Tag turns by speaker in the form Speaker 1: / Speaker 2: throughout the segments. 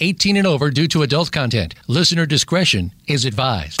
Speaker 1: 18 and over due to adult content. Listener discretion is advised.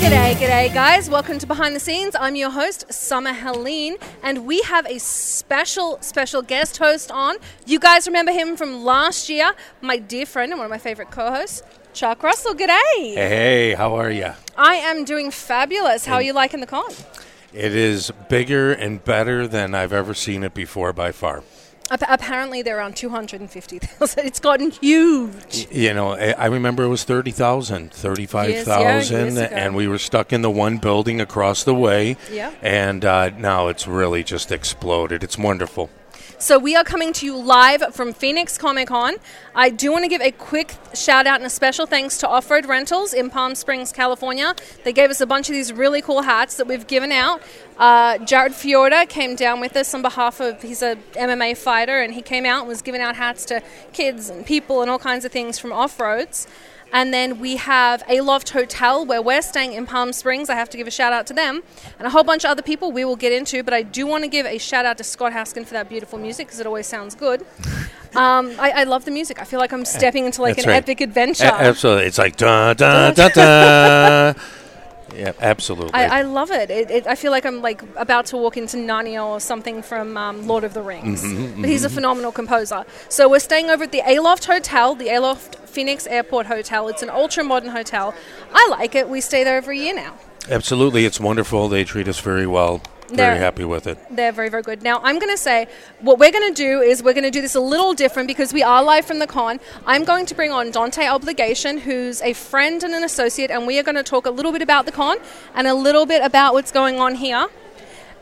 Speaker 2: G'day, g'day, guys. Welcome to Behind the Scenes. I'm your host, Summer Helene, and we have a special, special guest host on. You guys remember him from last year, my dear friend and one of my favorite co hosts, Chuck Russell. G'day.
Speaker 3: Hey, how are you?
Speaker 2: I am doing fabulous. How are you liking the con?
Speaker 3: It is bigger and better than I've ever seen it before by far.
Speaker 2: Ap- apparently, they're around 250,000. It's gotten huge.
Speaker 3: You know, I I remember it was 30,000,
Speaker 2: Years,
Speaker 3: 35,000,
Speaker 2: yeah, years ago.
Speaker 3: and we were stuck in the one building across the way.
Speaker 2: Yeah.
Speaker 3: And uh, now it's really just exploded. It's wonderful.
Speaker 2: So we are coming to you live from Phoenix Comic Con. I do want to give a quick shout out and a special thanks to Off Road Rentals in Palm Springs, California. They gave us a bunch of these really cool hats that we've given out. Uh, Jared Fiorda came down with us on behalf of he's a MMA fighter and he came out and was giving out hats to kids and people and all kinds of things from off roads. And then we have Aloft Hotel where we're staying in Palm Springs. I have to give a shout out to them and a whole bunch of other people we will get into. But I do want to give a shout out to Scott Haskin for that beautiful music because it always sounds good. Um, I, I love the music. I feel like I'm stepping into like
Speaker 3: That's
Speaker 2: an
Speaker 3: right.
Speaker 2: epic adventure.
Speaker 3: A- absolutely. It's like da da da da. Yeah, absolutely.
Speaker 2: I, I love it. It, it. I feel like I'm like about to walk into Narnia or something from um, Lord of the Rings.
Speaker 3: Mm-hmm,
Speaker 2: But he's a phenomenal composer. So we're staying over at the Aloft Hotel, the Aloft Phoenix Airport Hotel. It's an ultra modern hotel. I like it. We stay there every year now.
Speaker 3: absolutely. It's wonderful. They treat us very well. Very
Speaker 2: They're-
Speaker 3: happy with it.
Speaker 2: They're very, very good. Now, I'm going to say what we're going to do is we're going to do this a little different because we are live from the con. I'm going to bring on Dante Obligation, who's a friend and an associate, and we are going to talk a little bit about the con and a little bit about what's going on here.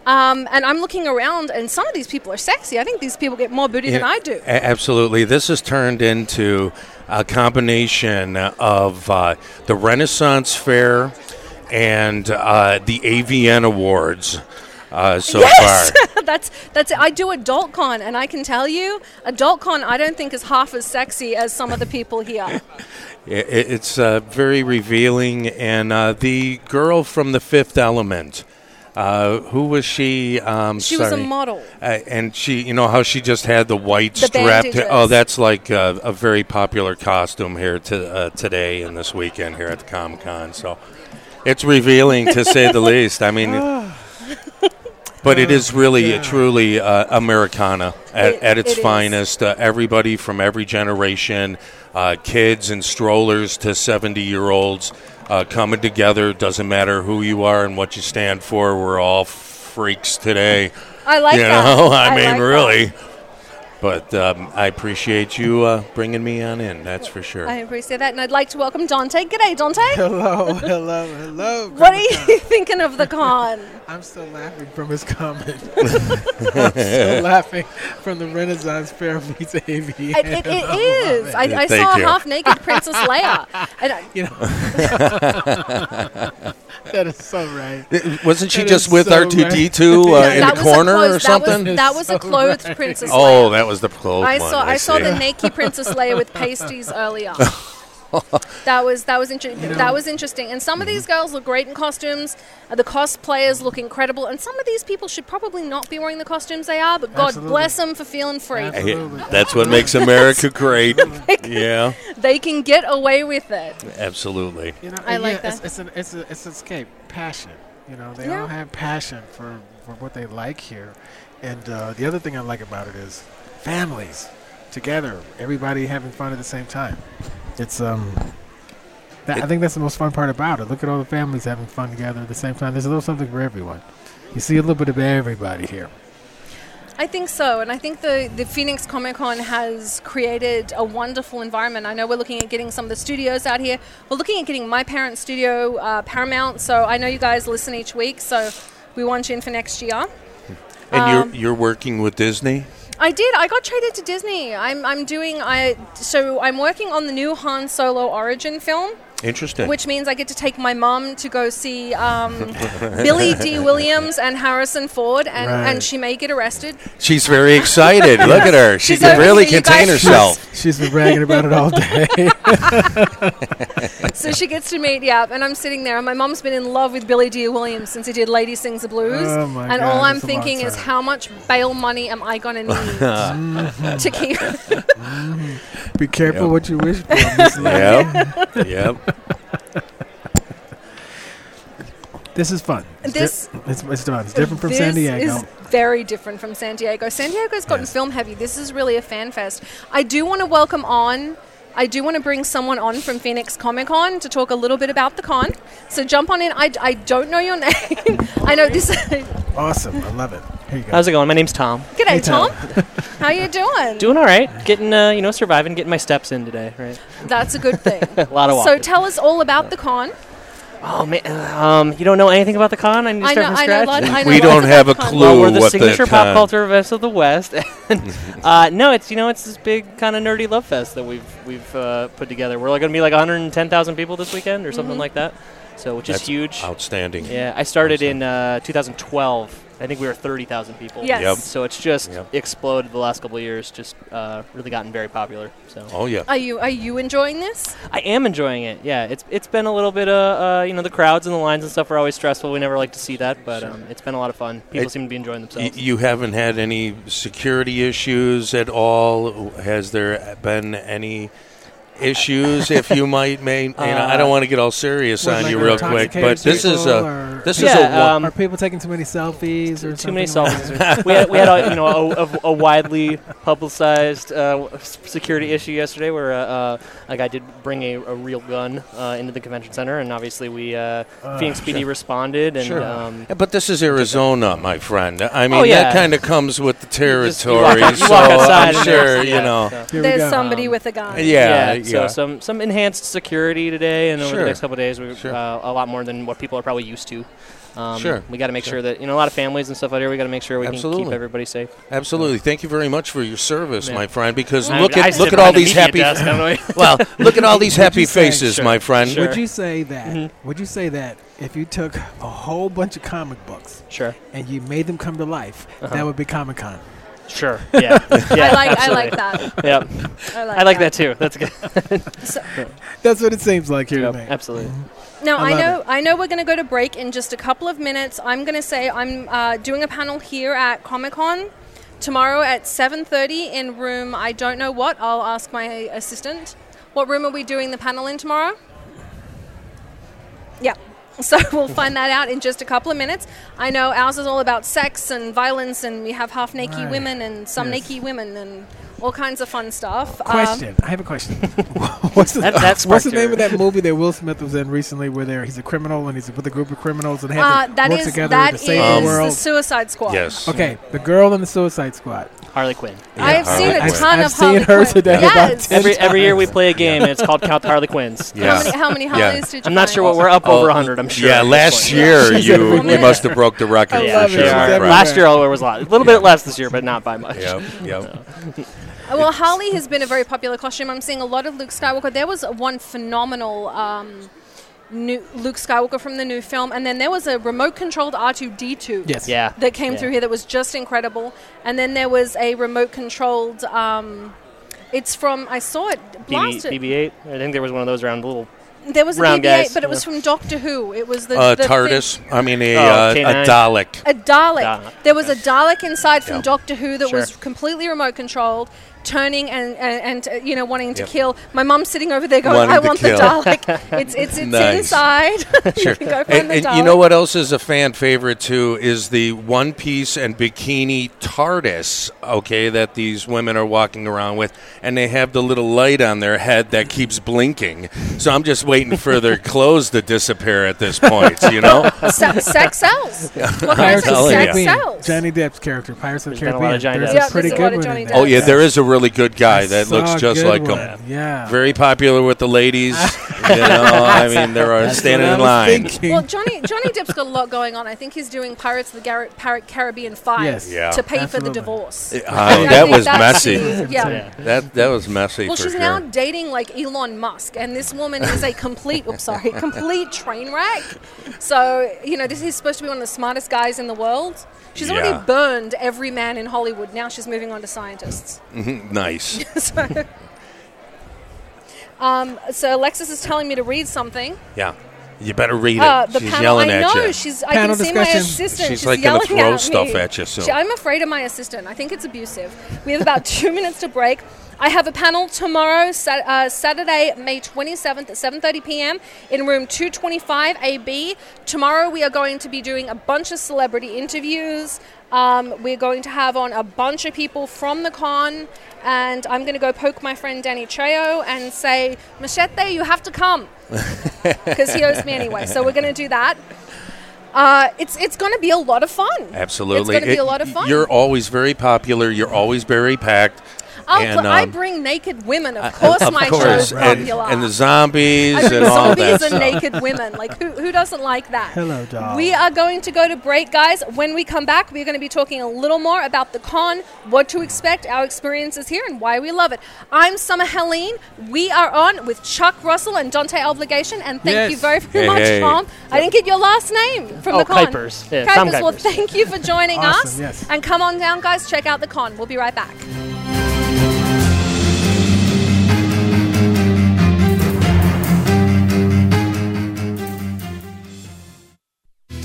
Speaker 2: Um, and I'm looking around, and some of these people are sexy. I think these people get more booty than I do.
Speaker 3: A- absolutely. This has turned into a combination of uh, the Renaissance Fair and uh, the AVN Awards uh, so
Speaker 2: Yes,
Speaker 3: far.
Speaker 2: that's that's it. I do adult con, and I can tell you, adult con I don't think is half as sexy as some of the people here.
Speaker 3: I- i- it's uh, very revealing. And uh, the girl from the Fifth Element. Uh, who was she? Um,
Speaker 2: She was a
Speaker 3: sorry.
Speaker 2: model.
Speaker 3: Uh, and she, you know how she just had the white
Speaker 2: The
Speaker 3: strap. to-
Speaker 2: bandages.
Speaker 3: oh, that's like uh, a very popular costume here to, uh, today and this weekend here at the Comic Con. So it's revealing to say the least. I mean, but it is really, truly uh, Americana at,
Speaker 2: Oh, It-
Speaker 3: at its
Speaker 2: it is.
Speaker 3: finest. Uh, everybody from every generation, uh, kids and strollers to 70 year olds uh, coming together. Doesn't matter who you are and what you stand for, we're all freaks today
Speaker 2: I like
Speaker 3: you
Speaker 2: that.
Speaker 3: know, I, mean,
Speaker 2: like that.
Speaker 3: really. But um, I appreciate you uh, bringing me on in. That's for sure.
Speaker 2: I appreciate that, and I'd like to welcome Dante. G'day, Dante.
Speaker 4: Hello, hello, hello.
Speaker 2: What are
Speaker 4: Grandma Tom.
Speaker 2: you thinking of the con?
Speaker 4: I'm still laughing from his comment. I'm still laughing from the Renaissance Fair meets AVN.
Speaker 2: It, it, it is. I, I
Speaker 3: Thank
Speaker 2: saw a
Speaker 3: you.
Speaker 2: half naked Princess Leia. And I,
Speaker 4: You know, that is so right.
Speaker 3: Wasn't she
Speaker 4: That
Speaker 3: just
Speaker 4: is
Speaker 3: with
Speaker 4: so
Speaker 3: R two D two
Speaker 2: no,
Speaker 3: uh, in the
Speaker 2: that was a
Speaker 3: corner
Speaker 2: clothes-
Speaker 3: or something?
Speaker 2: That was, that was a
Speaker 4: So
Speaker 2: clothed Princess Leia.
Speaker 3: oh, that was the clothes
Speaker 2: I
Speaker 3: one,
Speaker 2: saw I, saw
Speaker 3: see.
Speaker 2: the naked Princess Leia with pasties earlier. that was that was interesting. That was interesting. And some of
Speaker 4: Mm-hmm.
Speaker 2: these girls look great in costumes. Uh, The cosplayers look incredible. And some of these people should probably not be wearing the costumes they are. But God bless 'em
Speaker 4: Absolutely.
Speaker 2: bless them for feeling free.
Speaker 4: Absolutely.
Speaker 3: Yeah, That's what makes America great. yeah,
Speaker 2: They can get away with it.
Speaker 3: absolutely.
Speaker 4: You know,
Speaker 2: I
Speaker 4: and
Speaker 2: like
Speaker 4: yeah,
Speaker 2: that.
Speaker 4: It's, it's an it's a, it's an escape passion. You know, they
Speaker 2: Yeah.
Speaker 4: all have passion for, for what they like here, and uh, the other thing I like about it is families together, everybody having fun at the same time. It's um. That, I think that's the most fun part about it. Look at all the families having fun together at the same time. There's a little something for everyone. You see a little bit of everybody here.
Speaker 2: I think so, and I think the, the Phoenix Comic Con has created a wonderful environment. I know we're looking at getting some of the studios out here. We're looking at getting my parents' studio, uh, Paramount. So I know you guys listen each week, so we want you in for next year. Um,
Speaker 3: And you're you're working with Disney.
Speaker 2: I did. I got traded to Disney. I'm, I'm doing. I so I'm working on the new Han Solo origin film,
Speaker 3: Interesting.
Speaker 2: which means I get to take my mom to go see um, Billy D. Williams and Harrison Ford, and,
Speaker 4: Right.
Speaker 2: and she may get arrested.
Speaker 3: She's very excited. Look at her. She
Speaker 2: She's
Speaker 3: can
Speaker 2: over
Speaker 3: really
Speaker 2: here, you
Speaker 3: contain
Speaker 2: guys.
Speaker 3: herself.
Speaker 4: She's been bragging about it all day.
Speaker 2: So she gets to meet, yeah, and I'm sitting there, and my mom's been in love with Billy D. Williams since he did Lady Sings the Blues.
Speaker 4: Oh my
Speaker 2: and
Speaker 4: God,
Speaker 2: all I'm
Speaker 4: that's a long
Speaker 2: thinking is,
Speaker 4: time.
Speaker 2: how much bail money am I going to need to keep?
Speaker 4: Be careful
Speaker 3: Yep.
Speaker 4: what you wish for. Miss Lane.
Speaker 3: Yep. yep.
Speaker 4: This is fun. It's di-
Speaker 2: This-
Speaker 4: it's, it's done. It's different from
Speaker 2: this
Speaker 4: San Diego.
Speaker 2: is very different from San Diego. San Diego's gotten film heavy. This is really a fan fest. I do want to welcome on. I do want to bring someone on from Phoenix Comic Con to talk a little bit about the con. So jump on in. I, I don't know your name. I know this. G'day,
Speaker 4: awesome. I love it. Here you go.
Speaker 5: How's it going? My name's Tom.
Speaker 4: Hey,
Speaker 2: Tom.
Speaker 4: Tom.
Speaker 2: How you doing?
Speaker 5: Doing all right. Getting, uh, you know, surviving, getting my steps in today, right?
Speaker 2: That's a good thing.
Speaker 5: A lot of walking.
Speaker 2: So tell us all about the con.
Speaker 5: oh, man. Um, you don't know anything about the con? I need to
Speaker 2: I know,
Speaker 5: start from
Speaker 2: I know,
Speaker 5: scratch.
Speaker 2: lot, I know
Speaker 3: We
Speaker 2: lots
Speaker 3: don't
Speaker 2: about
Speaker 3: have
Speaker 2: the
Speaker 3: a
Speaker 2: con.
Speaker 3: clue.
Speaker 5: Well, we're the
Speaker 3: what the
Speaker 5: signature
Speaker 3: con-
Speaker 5: pop culture events of the West. And, uh, no, it's you know it's this big kind of nerdy love fest that we've we've uh, put together. We're like going to be like 110,000 people this weekend or
Speaker 2: Mm-hmm.
Speaker 5: something like that. So which
Speaker 3: That's
Speaker 5: is huge.
Speaker 3: Outstanding.
Speaker 5: Yeah, I started in uh, 2012. I think we were 30,000 people.
Speaker 2: Yes.
Speaker 3: Yep.
Speaker 5: So it's just
Speaker 3: Yep.
Speaker 5: exploded the last couple of years. Just uh, really gotten very popular. So
Speaker 3: Oh yeah.
Speaker 2: Are you are you enjoying this?
Speaker 5: I am enjoying it. Yeah, it's it's been a little bit uh, uh you know the crowds and the lines and stuff are always stressful. We never like to see that, but um, it's been a lot of fun. People
Speaker 3: It-
Speaker 5: seem to be enjoying
Speaker 3: Y-
Speaker 5: themselves.
Speaker 3: You haven't had any security issues at all. Has there been any issues? if you might, may you know, I don't want to get all serious
Speaker 5: Uh,
Speaker 4: What,
Speaker 3: on
Speaker 4: like
Speaker 3: you
Speaker 4: they're
Speaker 3: real quick, but
Speaker 4: intoxicated
Speaker 3: this is
Speaker 4: people
Speaker 3: a
Speaker 4: or-
Speaker 3: this is a
Speaker 5: Yeah,
Speaker 3: one-
Speaker 5: um,
Speaker 4: Are people taking too many selfies or
Speaker 5: Too many
Speaker 4: something like
Speaker 5: selfies. we had, we had a, you know a, a, a widely publicized uh, s- security issue yesterday where uh, uh, a guy did bring a, a real gun uh, into the convention center, and obviously we uh, Phoenix PD responded and.
Speaker 3: Ah, Sure.
Speaker 5: Um,
Speaker 3: But this is Arizona, my friend. I mean,
Speaker 5: Oh, yeah.
Speaker 3: that kind of comes with the
Speaker 5: just- you walk-
Speaker 3: territory.
Speaker 5: you
Speaker 3: so
Speaker 5: walk outside
Speaker 3: I'm sure,
Speaker 5: and there's-
Speaker 3: you
Speaker 5: yeah,
Speaker 3: know.
Speaker 5: so.
Speaker 4: Here we
Speaker 2: There's
Speaker 4: go.
Speaker 2: somebody
Speaker 5: Um,
Speaker 2: with a gun.
Speaker 3: Yeah, yeah.
Speaker 5: So some some enhanced security today, and over
Speaker 3: Sure.
Speaker 5: the next couple of days, we
Speaker 3: Sure.
Speaker 5: uh, a lot more than what people are probably used to. Um,
Speaker 3: Sure.
Speaker 5: We got to make sure that you know a lot of families and stuff out here. We got to make sure we can keep
Speaker 3: Absolutely.
Speaker 5: everybody safe.
Speaker 3: Absolutely. Thank you very much for your service,
Speaker 5: Yeah.
Speaker 3: my friend. Because
Speaker 5: I-
Speaker 3: look
Speaker 5: I
Speaker 3: at
Speaker 5: sit
Speaker 3: look at
Speaker 5: behind
Speaker 3: all
Speaker 5: the
Speaker 3: these
Speaker 5: media
Speaker 3: happy.
Speaker 5: desk, don't we?
Speaker 3: well, look at all these happy
Speaker 4: you say?
Speaker 3: faces,
Speaker 5: Sure.
Speaker 3: my friend.
Speaker 5: Sure. Mm-hmm.
Speaker 4: Would you say that? Would you say that if you took a whole bunch of comic books
Speaker 5: sure. Uh-huh.
Speaker 4: and you made them come to life, that would be Comic Con?
Speaker 5: Sure. Yeah. yeah
Speaker 2: I like I
Speaker 5: absolutely.
Speaker 2: like that.
Speaker 5: Yep.
Speaker 2: I like,
Speaker 5: I like that too. That's good.
Speaker 4: That's what it seems like here
Speaker 5: Yep,
Speaker 4: to me. Mm-hmm.
Speaker 5: Absolutely.
Speaker 2: Now I,
Speaker 4: I love
Speaker 2: know
Speaker 4: it.
Speaker 2: I know we're going to go to break in just a couple of minutes. I'm going to say I'm uh, doing a panel here at Comic Con tomorrow at 7:30 in room I don't know what. I'll ask my assistant. What room are we doing the panel in tomorrow? Yeah. So we'll find that out in just a couple of minutes. I know ours is all about sex and violence, and we have half naked
Speaker 4: Right.
Speaker 2: women and some
Speaker 4: Yes.
Speaker 2: naked women and all kinds of fun stuff. Um,
Speaker 4: Question. I have a question. what's the,
Speaker 5: That- that
Speaker 4: what's
Speaker 5: sparked
Speaker 4: the name
Speaker 5: your-
Speaker 4: of that movie that Will Smith was in recently, where there he's a criminal and he's with a group of criminals and
Speaker 2: uh,
Speaker 4: have
Speaker 2: that
Speaker 4: to work
Speaker 2: is
Speaker 4: together
Speaker 2: that
Speaker 4: to
Speaker 2: is
Speaker 4: save the
Speaker 2: the
Speaker 4: world?
Speaker 2: Suicide Squad.
Speaker 3: Yes.
Speaker 4: okay, the girl in the Suicide Squad.
Speaker 5: Harley Quinn.
Speaker 2: I have seen a
Speaker 3: Harley Quinn.
Speaker 2: ton
Speaker 4: I've
Speaker 2: of
Speaker 4: seen
Speaker 2: Harley
Speaker 4: her
Speaker 2: Quinn.
Speaker 4: today about
Speaker 2: Yes.
Speaker 4: 10
Speaker 5: Every every year we play a game, and it's called Count Harley Quinns.
Speaker 3: Yeah. Oh,
Speaker 2: How many, how many Harleys did you
Speaker 5: I'm not
Speaker 2: find?
Speaker 5: sure what we're up over 100. I'm sure.
Speaker 3: Yeah,
Speaker 5: at this
Speaker 3: last
Speaker 5: point.
Speaker 3: year
Speaker 4: She's
Speaker 3: you,
Speaker 4: everywhere.
Speaker 3: you must have broke the record
Speaker 4: Yeah,
Speaker 3: for sure,
Speaker 4: she's
Speaker 3: my
Speaker 5: Yeah.
Speaker 4: everywhere.
Speaker 3: friend.
Speaker 5: Last year there was a lot. A little bit less this year, but not by much. Uh,
Speaker 3: Yep, yep.
Speaker 2: Uh, Well, Harley has been a very popular costume. I'm seeing a lot of Luke Skywalker. There was one phenomenal um, new Luke Skywalker from the new film, and then there was a remote-controlled R2D2.
Speaker 4: Yes.
Speaker 5: Yeah.
Speaker 2: That came
Speaker 5: Yeah.
Speaker 2: through here that was just incredible, and then there was a remote-controlled. Um, it's from I saw it
Speaker 5: BB,
Speaker 2: blasted.
Speaker 5: BB-8. I think there was one of those around a little.
Speaker 2: There was a
Speaker 5: Round
Speaker 2: BB-8,
Speaker 5: guys,
Speaker 2: but it was
Speaker 5: yeah.
Speaker 2: from Doctor Who. It was the,
Speaker 3: Uh,
Speaker 2: the thing-
Speaker 3: TARDIS. I mean, a,
Speaker 5: Oh,
Speaker 3: uh,
Speaker 5: K9.
Speaker 3: a Dalek.
Speaker 2: A Dalek.
Speaker 5: Dalek.
Speaker 2: There was a Dalek inside from
Speaker 3: Yeah.
Speaker 2: Doctor Who that
Speaker 5: Sure.
Speaker 2: was completely remote controlled, turning and and, and uh, you know wanting to
Speaker 3: Yep.
Speaker 2: kill. My mom's sitting over there going,
Speaker 3: Wanting
Speaker 2: "I
Speaker 3: to
Speaker 2: want the
Speaker 3: kill."
Speaker 2: Dalek. it's it's it's
Speaker 3: Nice.
Speaker 2: inside. you can go find
Speaker 3: And,
Speaker 2: the
Speaker 3: and
Speaker 2: Dalek.
Speaker 3: you know what else is a fan favorite too is the one piece and bikini TARDIS. Okay, that these women are walking around with, and they have the little light on their head that keeps blinking. So I'm just waiting for their clothes to disappear at this point. You know,
Speaker 2: Se- sex sells. What can I say?
Speaker 4: Pirates of the
Speaker 3: telling ya.
Speaker 2: Sex
Speaker 4: Caribbean.
Speaker 2: sells.
Speaker 4: Johnny Depp's character, Pirates of the
Speaker 5: There's been a
Speaker 4: Caribbean.
Speaker 5: lot of Johnny
Speaker 4: There's
Speaker 5: Depp. Yeah,
Speaker 4: a pretty
Speaker 2: there's a
Speaker 4: good
Speaker 2: lot of
Speaker 4: one
Speaker 2: Johnny
Speaker 4: in
Speaker 2: Depp.
Speaker 4: there.
Speaker 3: Oh yeah, there is a really good guy
Speaker 4: I
Speaker 3: that
Speaker 4: saw
Speaker 3: looks
Speaker 4: a
Speaker 3: just
Speaker 4: good
Speaker 3: like
Speaker 4: one.
Speaker 3: him.
Speaker 4: Yeah.
Speaker 3: Very popular with the ladies. You know, I mean, there are standing in line.
Speaker 2: Well, Johnny Johnny Depp's got a lot going on. I think he's doing Pirates of the Gar- Par- Caribbean Five
Speaker 4: Yes.
Speaker 3: Yeah.
Speaker 2: to pay for
Speaker 4: Absolutely.
Speaker 2: the divorce.
Speaker 3: Uh,
Speaker 2: I think
Speaker 3: that was
Speaker 2: that's-
Speaker 3: messy.
Speaker 2: Yeah.
Speaker 3: That that was messy
Speaker 2: Well,
Speaker 3: for
Speaker 2: she's
Speaker 3: sure.
Speaker 2: now dating like Elon Musk, and this woman is a complete, oops, sorry, complete train wreck. So, you know, this is supposed to be one of the smartest guys in the world. She's
Speaker 3: Yeah.
Speaker 2: already burned every man in Hollywood. Now she's moving on to scientists.
Speaker 3: Mm-hmm. nice.
Speaker 2: so, um, so Alexis is telling me to read something.
Speaker 3: Yeah. You better read it.
Speaker 2: Uh, the
Speaker 3: she's
Speaker 2: panel,
Speaker 3: yelling
Speaker 2: I
Speaker 3: at
Speaker 2: know.
Speaker 3: you.
Speaker 2: She's. I
Speaker 4: Panel
Speaker 2: can see my
Speaker 4: discussion.
Speaker 2: assistant.
Speaker 3: She's
Speaker 2: She's,
Speaker 3: like gonna
Speaker 2: yelling
Speaker 3: throw
Speaker 2: at
Speaker 3: stuff
Speaker 2: me.
Speaker 3: at you soon.
Speaker 2: She- I'm afraid of my assistant. I think it's abusive. We have about two minutes to break. I have a panel tomorrow, Sat- uh, Saturday, May 27th at 7:30 p.m. in room 225 AB. Tomorrow we are going to be doing a bunch of celebrity interviews. Um, we're going to have on a bunch of people from the con, and I'm going to go poke my friend Danny Trejo and say, "Machete, you have to come." because he owes me anyway. So we're going to do that. Uh, it's it's going to be a lot of fun.
Speaker 3: Absolutely.
Speaker 2: it's going to be
Speaker 3: It-
Speaker 2: a lot of fun.
Speaker 3: You're always very popular. You're always very packed.
Speaker 2: oh,
Speaker 3: and,
Speaker 2: but I
Speaker 3: um,
Speaker 2: bring naked women. Of course,
Speaker 3: of
Speaker 2: my
Speaker 3: course,
Speaker 2: show's
Speaker 3: and,
Speaker 2: popular.
Speaker 3: and the zombies
Speaker 2: I bring
Speaker 3: and all that
Speaker 2: zombies and
Speaker 3: stuff.
Speaker 2: naked women. Like who, who doesn't like that?
Speaker 4: Hello, doll.
Speaker 2: We are going to go to break, guys. When we come back, we're going to be talking a little more about the con, what to expect, our experiences here, and why we love it. I'm Summer Helene. We are on with Chuck Russell and Dante Obligation, and thank
Speaker 4: Yes.
Speaker 2: you very, very
Speaker 3: Hey,
Speaker 2: much,
Speaker 3: hey.
Speaker 2: Tom. I didn't get your last name from
Speaker 5: Oh,
Speaker 2: the con.
Speaker 5: Kuipers. Yeah, Tom
Speaker 2: Well,
Speaker 5: Kuipers.
Speaker 2: thank you for joining
Speaker 4: Awesome,
Speaker 2: us,
Speaker 4: yes.
Speaker 2: and come on down, guys. Check out the con. We'll be right back.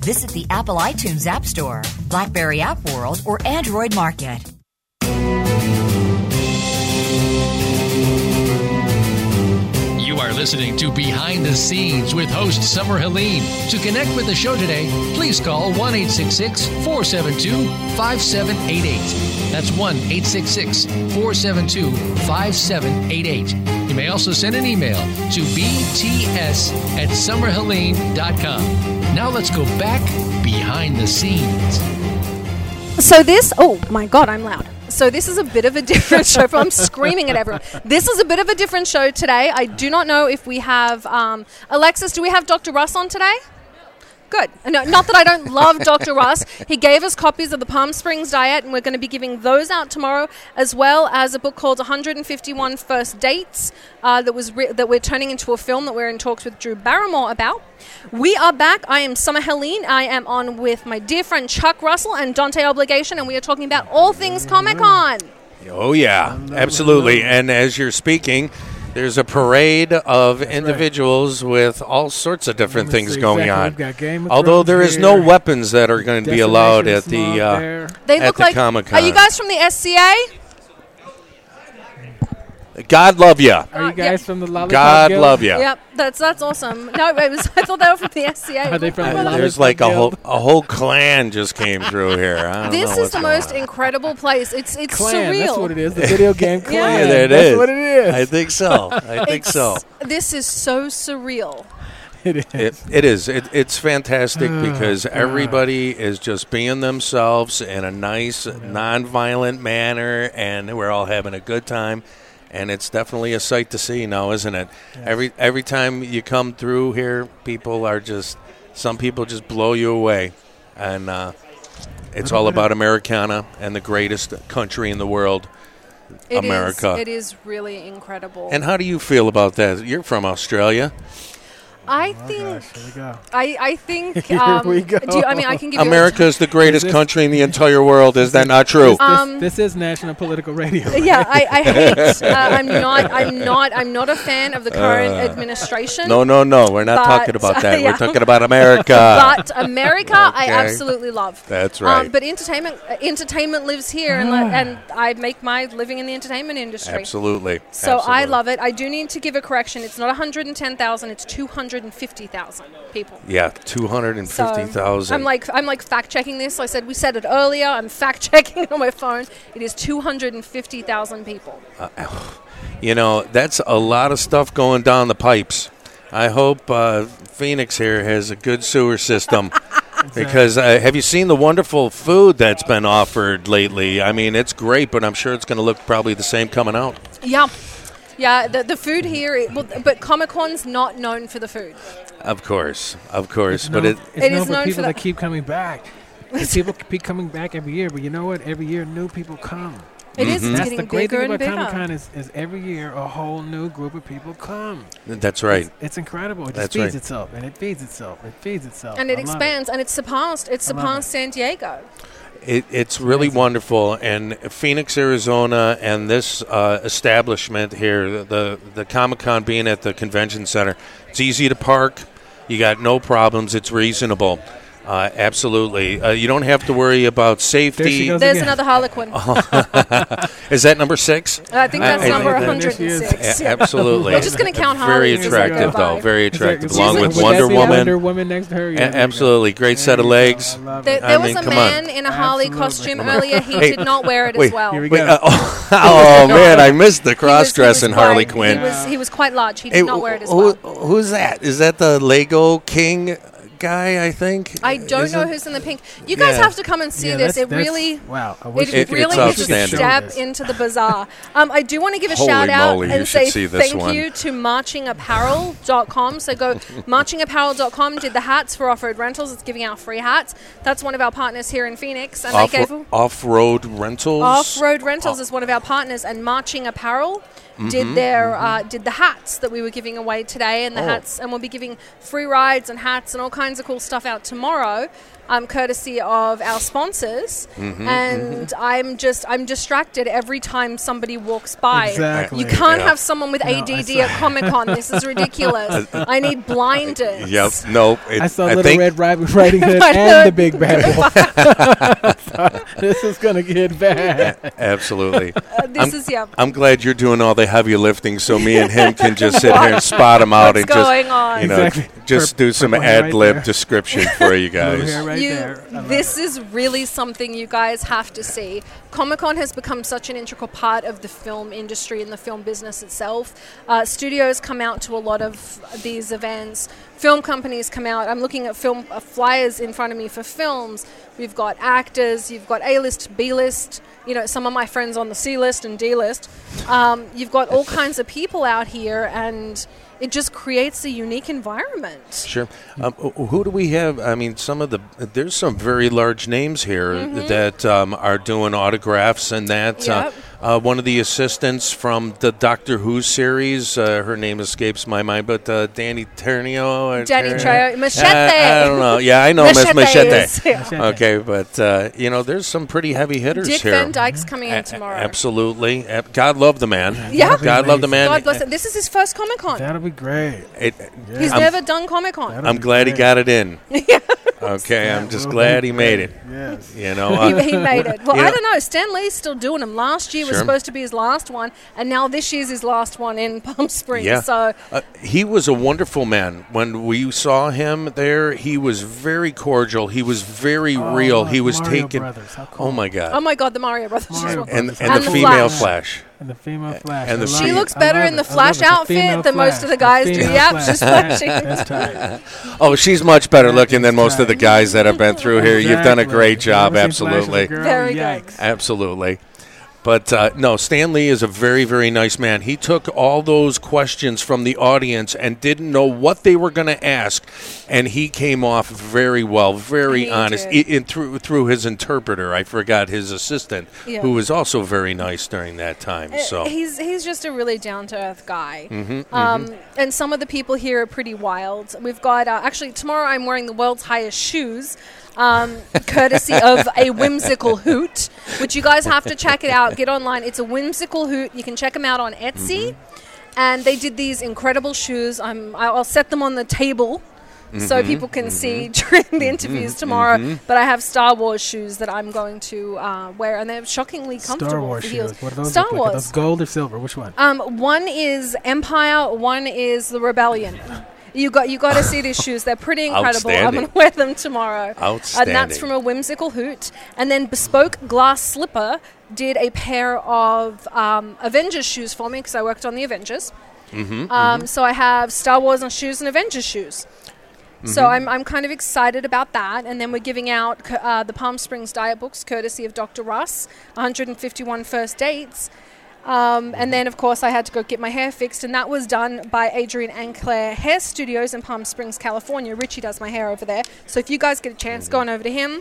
Speaker 6: Visit the Apple iTunes App Store, Blackberry App World, or Android Market.
Speaker 1: You are listening to Behind the Scenes with host Summer Helene. To connect with the show today, please call 1 866 472 5788. That's 1 866 472 5788. You may also send an email to bts at summerhelene.com. Now let's go back behind the scenes.
Speaker 2: So this, oh my god, I'm loud. So this is a bit of a different show. From, I'm screaming at everyone. This is a bit of a different show today. I do not know if we have um, Alexis. Do we have Dr. Russ on today? Good. No, not that I don't love Dr. Russ. He gave us copies of the Palm Springs Diet, and we're going to be giving those out tomorrow, as well as a book called 151 First Dates uh, that was re- that we're turning into a film that we're in talks with Drew Barrymore about. We are back. I am Summer Helene. I am on with my dear friend Chuck Russell and Dante Obligation, and we are talking about all things
Speaker 3: Mm-hmm.
Speaker 2: Comic Con.
Speaker 3: Oh yeah, absolutely. And as you're speaking, there's a parade of individuals with all sorts of different
Speaker 4: Let's
Speaker 3: things
Speaker 4: see,
Speaker 3: going
Speaker 4: exactly.
Speaker 3: on.
Speaker 4: We've got Game of
Speaker 3: Although
Speaker 4: Thrones
Speaker 3: there is no
Speaker 4: here.
Speaker 3: weapons that are going to be allowed at
Speaker 4: Decimation
Speaker 3: the
Speaker 4: Smog
Speaker 3: uh,
Speaker 4: there.
Speaker 2: They
Speaker 3: at
Speaker 2: look
Speaker 3: the
Speaker 2: like.
Speaker 3: Comic Con.
Speaker 2: Are you guys from the SCA?
Speaker 3: God love you.
Speaker 4: Are you
Speaker 2: Uh, yeah.
Speaker 4: guys from the Lollipop
Speaker 3: God
Speaker 4: Guild?
Speaker 3: love you.
Speaker 2: Yep, that's that's awesome. No, it was, I thought they were from the SCA.
Speaker 4: Are they from the
Speaker 3: Uh, There's
Speaker 4: Lollipop
Speaker 3: like a whole
Speaker 4: Guild?
Speaker 3: a whole clan just came through here. I don't
Speaker 2: This
Speaker 3: know
Speaker 2: is
Speaker 3: what's
Speaker 2: the
Speaker 3: going
Speaker 2: most
Speaker 3: on.
Speaker 2: incredible place. It's it's
Speaker 4: Clan,
Speaker 2: surreal.
Speaker 4: That's what it is. The video game clan.
Speaker 3: Yeah, there it
Speaker 4: that's
Speaker 3: is.
Speaker 4: what it is.
Speaker 3: I think so. I think so.
Speaker 2: This is so surreal.
Speaker 4: It is.
Speaker 3: It, it is. It, it's fantastic because everybody is just being themselves in a nice, non-violent manner, and we're all having a good time. And it's definitely a sight to see now, isn't it? Every every time you come through here, people are just some people just blow you away, and uh, it's all about Americana and the greatest country in the world.
Speaker 2: It is-
Speaker 3: America.
Speaker 2: it is really incredible.
Speaker 3: And how do you feel about that? You're from Australia.
Speaker 2: I
Speaker 4: Oh,
Speaker 2: think
Speaker 4: gosh, here we go.
Speaker 2: I, I think
Speaker 4: Here
Speaker 2: um,
Speaker 4: we go.
Speaker 2: Do you, I mean I can give
Speaker 3: America is the greatest
Speaker 4: this-
Speaker 3: country in the entire world. Is that not true?
Speaker 4: This,
Speaker 2: Um,
Speaker 4: this is national political radio.
Speaker 2: you a, yeah I, I hate uh, I'm not I'm not I'm not a fan of the current administration
Speaker 3: Uh, No, no, no. We're not
Speaker 2: But-
Speaker 3: talking about that.
Speaker 2: yeah.
Speaker 3: We're talking about America.
Speaker 2: but America I
Speaker 3: Okay.
Speaker 2: absolutely love
Speaker 3: That's
Speaker 2: um,
Speaker 3: right.
Speaker 2: but entertainment uh, entertainment lives here and le- and I make my living in the entertainment industry
Speaker 3: Absolutely.
Speaker 2: so I
Speaker 3: Absolutely.
Speaker 2: love it I do need to give a correction it's not 110,000 it's 250,000 people
Speaker 3: Yeah, two hundred and
Speaker 2: So,
Speaker 3: fifty thousand.
Speaker 2: I'm like I'm like fact checking this. I said we said it earlier. I'm fact checking it on my phone. It is 250,000 people.
Speaker 3: Uh, you know, that's a lot of stuff going down the pipes. I hope uh, Phoenix here has a good sewer system. Because uh, have you seen the wonderful food that's been offered lately? I mean, it's great, but I'm sure it's going to look probably the same coming out.
Speaker 2: Yeah. Yeah, the, the food here, i- well, but Comic Con's not known for the food.
Speaker 3: Of course, of course, but
Speaker 4: known-
Speaker 3: it
Speaker 4: it's
Speaker 2: It
Speaker 4: known
Speaker 2: is
Speaker 4: for
Speaker 2: known for
Speaker 4: people
Speaker 2: that-
Speaker 4: that keep coming back. And people keep coming back every year, but you know what? Every year, new people come.
Speaker 2: It is
Speaker 3: Mm-hmm.
Speaker 2: It's
Speaker 4: That's
Speaker 2: getting
Speaker 4: the great
Speaker 2: bigger
Speaker 4: thing
Speaker 2: and
Speaker 4: about
Speaker 2: bigger.
Speaker 4: Comic Con is, is every year a whole new group of people come.
Speaker 3: that's right.
Speaker 4: It's incredible. It
Speaker 3: That's
Speaker 4: just feeds
Speaker 3: right.
Speaker 4: itself, and it feeds itself, it feeds itself,
Speaker 2: and it
Speaker 4: Oh, I love
Speaker 2: expands, and it's surpassed. It's
Speaker 4: I love
Speaker 2: surpassed San Diego.
Speaker 3: It, it's really wonderful, and Phoenix, Arizona, and this uh, establishment here, the the Comic Con being at the convention center, it's easy to park. You got no problems. It's reasonable. Uh, absolutely, uh, you don't have to worry about
Speaker 4: she
Speaker 3: safety.
Speaker 4: goes.
Speaker 2: There's
Speaker 4: again.
Speaker 2: another Harlequin.
Speaker 3: Is that number six?
Speaker 2: I think that's
Speaker 3: I- I
Speaker 2: number
Speaker 3: think that-
Speaker 2: 106.
Speaker 3: A- absolutely.
Speaker 2: We're just gonna count
Speaker 3: Very
Speaker 2: Harley as we
Speaker 3: attractive,
Speaker 2: go
Speaker 3: though.
Speaker 2: by.
Speaker 3: Very
Speaker 4: Is there-
Speaker 3: attractive,
Speaker 2: She's
Speaker 3: along
Speaker 2: a-
Speaker 3: with
Speaker 2: would
Speaker 4: would
Speaker 3: Wonder
Speaker 4: that be Wonder
Speaker 3: Woman.
Speaker 4: Woman next to her.
Speaker 3: A-
Speaker 4: Yeah, there you go.
Speaker 3: absolutely, great
Speaker 4: There
Speaker 3: set
Speaker 4: you
Speaker 3: of
Speaker 4: go.
Speaker 3: legs.
Speaker 4: I love
Speaker 2: There,
Speaker 4: it.
Speaker 2: there
Speaker 3: I
Speaker 2: was
Speaker 3: mean,
Speaker 2: a
Speaker 3: come
Speaker 2: man
Speaker 3: on.
Speaker 2: in a Harley
Speaker 4: Absolutely.
Speaker 2: costume
Speaker 4: Come on.
Speaker 2: earlier. He
Speaker 3: Hey.
Speaker 2: did not wear it as
Speaker 3: Wait.
Speaker 2: well.
Speaker 4: Here we
Speaker 2: He
Speaker 4: go.
Speaker 3: Wait, uh, oh, oh, man, I missed the
Speaker 2: was- he was
Speaker 3: cross-dressing
Speaker 2: quite-
Speaker 3: Harley Quinn.
Speaker 2: He was, he was quite large. He
Speaker 3: Hey, oh,
Speaker 2: did not wear it as
Speaker 3: who-
Speaker 2: well.
Speaker 3: Who's that? Is that the Lego King guy? I think.
Speaker 2: I don't
Speaker 3: Is
Speaker 2: know
Speaker 3: it?
Speaker 2: who's in the pink. You guys
Speaker 3: Yeah.
Speaker 2: have to come and see
Speaker 4: Yeah,
Speaker 2: this.
Speaker 4: that's-
Speaker 2: It
Speaker 4: that's-
Speaker 2: really.
Speaker 4: wow. I wish
Speaker 2: It
Speaker 4: we
Speaker 3: It-
Speaker 4: could-
Speaker 2: really
Speaker 4: we
Speaker 3: it's
Speaker 2: is
Speaker 4: could
Speaker 2: a
Speaker 4: show
Speaker 2: step
Speaker 4: this.
Speaker 2: into the bazaar. Um, I do want to give a
Speaker 3: Holy
Speaker 2: shout out
Speaker 3: moly, you
Speaker 2: and
Speaker 3: should
Speaker 2: say
Speaker 3: see this
Speaker 2: thank
Speaker 3: one.
Speaker 2: you to marchingapparel.com. So go marchingapparel.com, did the hats for off road rentals. It's giving out free hats. That's one of our partners here in Phoenix. And
Speaker 3: Off,
Speaker 2: they gave
Speaker 3: off-road rentals. Oh.
Speaker 2: Off Road Rentals is one of our partners, and Marching Apparel did their uh, did the hats that we were giving away today, and
Speaker 3: Mm-hmm,
Speaker 2: the
Speaker 3: Oh.
Speaker 2: hats, and we'll be giving free rides and hats and all kinds of cool stuff out tomorrow, um, courtesy of our sponsors.
Speaker 3: Mm-hmm,
Speaker 2: and I'm just I'm distracted every time somebody walks by.
Speaker 4: Exactly.
Speaker 2: You can't
Speaker 3: Yeah.
Speaker 2: have someone with ADD at Comic Con. This is ridiculous. I need blinders.
Speaker 3: Yep. No. It,
Speaker 4: I saw
Speaker 3: I
Speaker 4: Little
Speaker 3: think
Speaker 4: Red Riding Riding Hood
Speaker 2: I know.
Speaker 4: and the Big Bad Wolf. this is gonna get bad.
Speaker 3: absolutely.
Speaker 2: Uh, this is yeah.
Speaker 3: I'm glad you're doing all the heavy lifting, so me and him can just sit here and spot him out
Speaker 2: What's
Speaker 3: and just
Speaker 2: going on?
Speaker 3: you know
Speaker 4: Exactly.
Speaker 3: just
Speaker 4: Purple-
Speaker 3: do some
Speaker 4: purple hair right
Speaker 3: ad lib
Speaker 4: there.
Speaker 3: description for you
Speaker 4: Over
Speaker 3: guys.
Speaker 4: here, right
Speaker 2: you,
Speaker 4: there. I love
Speaker 2: this is really something you guys have to see. Comic Con has become such an integral part of the film industry and the film business itself. Uh, studios come out to a lot of these events. Film companies come out. I'm looking at film uh, flyers in front of me for films. We've got actors. You've got A-list, B-list. You know, some of my friends on the C-list and D-list. Um, you've got all kinds of people out here, and it just creates a unique environment.
Speaker 3: Sure. Um, wh- who do we have? I mean, some of the there's some very large names here that um, are doing autographs and that.
Speaker 2: Mm-hmm. Yep.
Speaker 3: Uh, uh, one of the assistants from the Doctor Who series, uh, her name escapes my mind, but uh, Danny Ternio. or
Speaker 2: Danny
Speaker 3: Ter- uh,
Speaker 2: Trejo, Machete.
Speaker 3: I, I don't know. Yeah, I know Miss
Speaker 2: Machetes,
Speaker 3: Machete.
Speaker 2: yeah.
Speaker 4: Machete.
Speaker 3: Okay, but uh, you know, there's some pretty heavy hitters
Speaker 2: Dick
Speaker 3: here.
Speaker 2: Van Dyke's coming in
Speaker 3: A-
Speaker 2: tomorrow.
Speaker 3: Absolutely. Ab- God love the man.
Speaker 2: Yeah.
Speaker 3: God love the man.
Speaker 2: God bless him. This is his first Comic Con.
Speaker 4: That'll be great.
Speaker 3: It-
Speaker 2: He's
Speaker 3: I'm-
Speaker 2: never done Comic Con.
Speaker 4: That'll
Speaker 3: I'm
Speaker 4: be
Speaker 3: glad he
Speaker 4: great.
Speaker 3: got it in. Okay, I'm just
Speaker 4: will
Speaker 3: glad
Speaker 4: be
Speaker 3: he made it.
Speaker 4: Yes.
Speaker 3: You know, uh,
Speaker 2: He made it. Well,
Speaker 3: Yeah.
Speaker 2: I don't know. Stan Lee's still doing them. Last year was
Speaker 3: Sure.
Speaker 2: supposed to be his last one, and now this year's his last one in Palm Springs.
Speaker 3: yeah.
Speaker 2: So
Speaker 3: Uh, he was a wonderful man. When we saw him there, he was very cordial. He was very real.
Speaker 4: look,
Speaker 3: He was
Speaker 4: Oh, Mario
Speaker 3: taken.
Speaker 4: Brothers, how
Speaker 3: Oh
Speaker 4: cool.
Speaker 3: my God!
Speaker 2: oh my God, the Mario Brothers.
Speaker 4: Mario
Speaker 3: and
Speaker 4: Brothers,
Speaker 3: and
Speaker 4: how
Speaker 3: the
Speaker 4: cool.
Speaker 3: female
Speaker 2: Flash.
Speaker 3: Flash.
Speaker 4: And the female Flash.
Speaker 3: And
Speaker 4: I
Speaker 3: the
Speaker 4: love
Speaker 3: She
Speaker 4: it.
Speaker 2: looks
Speaker 4: I
Speaker 2: better
Speaker 4: love
Speaker 2: in the
Speaker 4: it. I love
Speaker 2: Flash
Speaker 4: it. The
Speaker 2: outfit
Speaker 4: female
Speaker 2: than most of the
Speaker 4: Flash.
Speaker 2: guys do.
Speaker 4: female
Speaker 2: Yep,
Speaker 4: Flash.
Speaker 2: just
Speaker 4: That's-
Speaker 2: watching.
Speaker 4: That's tight.
Speaker 3: Oh, she's much better looking than most of the guys that have been through here. You've done a
Speaker 4: Exactly.
Speaker 3: great
Speaker 4: If you've
Speaker 3: job.
Speaker 4: ever seen Flash as a
Speaker 3: Absolutely.
Speaker 4: girl,
Speaker 2: Very
Speaker 4: yikes.
Speaker 2: good.
Speaker 3: Absolutely. But uh, no, Stan Lee is a very, very nice man. He took all those questions from the audience and didn't know what they were going to ask, and he came off very well, very
Speaker 2: He
Speaker 3: honest.
Speaker 2: did.
Speaker 3: I- in through through his interpreter, I forgot his assistant,
Speaker 2: Yeah. Uh,
Speaker 3: who was also very nice during that time. So Mm-hmm,
Speaker 2: He's he's just a really down to earth guy. um, And some of the people here are pretty wild. We've got uh, actually tomorrow I'm wearing the world's highest shoes, um, courtesy of a whimsical hoot, which you guys have to check it out. Get online. It's a whimsical hoot. You can check them out on Etsy. And they did these incredible shoes. I'm, I- I'll set them on the table so people can see during the interviews tomorrow. But I have Star Wars shoes that I'm going to uh, wear, and they're shockingly comfortable.
Speaker 4: Star Wars
Speaker 2: for heels.
Speaker 4: shoes. What are those?
Speaker 2: Star
Speaker 4: look like? Are
Speaker 2: Wars.
Speaker 4: those gold or silver? Which one?
Speaker 2: Um, one is Empire, one is the Rebellion. You got you got to see these shoes. They're pretty incredible. I'm
Speaker 3: Outstanding.
Speaker 2: gonna wear them tomorrow. Uh,
Speaker 3: Outstanding.
Speaker 2: And that's from a whimsical hoot. And then Bespoke Glass Slipper did a pair of um, Avengers shoes for me because I worked on the Avengers. Mm-hmm, um, So I have Star Wars on shoes and Avengers shoes. So
Speaker 3: Mm-hmm.
Speaker 2: I'm, I'm kind of excited about that. And then we're giving out c- uh, the Palm Springs Diet Books, courtesy of Dr. Russ, 151 First Dates. Um,
Speaker 3: Mm-hmm.
Speaker 2: and then, of course, I had to go get my hair fixed, and that was done by Adrian and Claire Hair Studios in Palm Springs, California. Richie does my hair over there. So if you guys get a chance, go on
Speaker 3: Mm-hmm.
Speaker 2: over to him.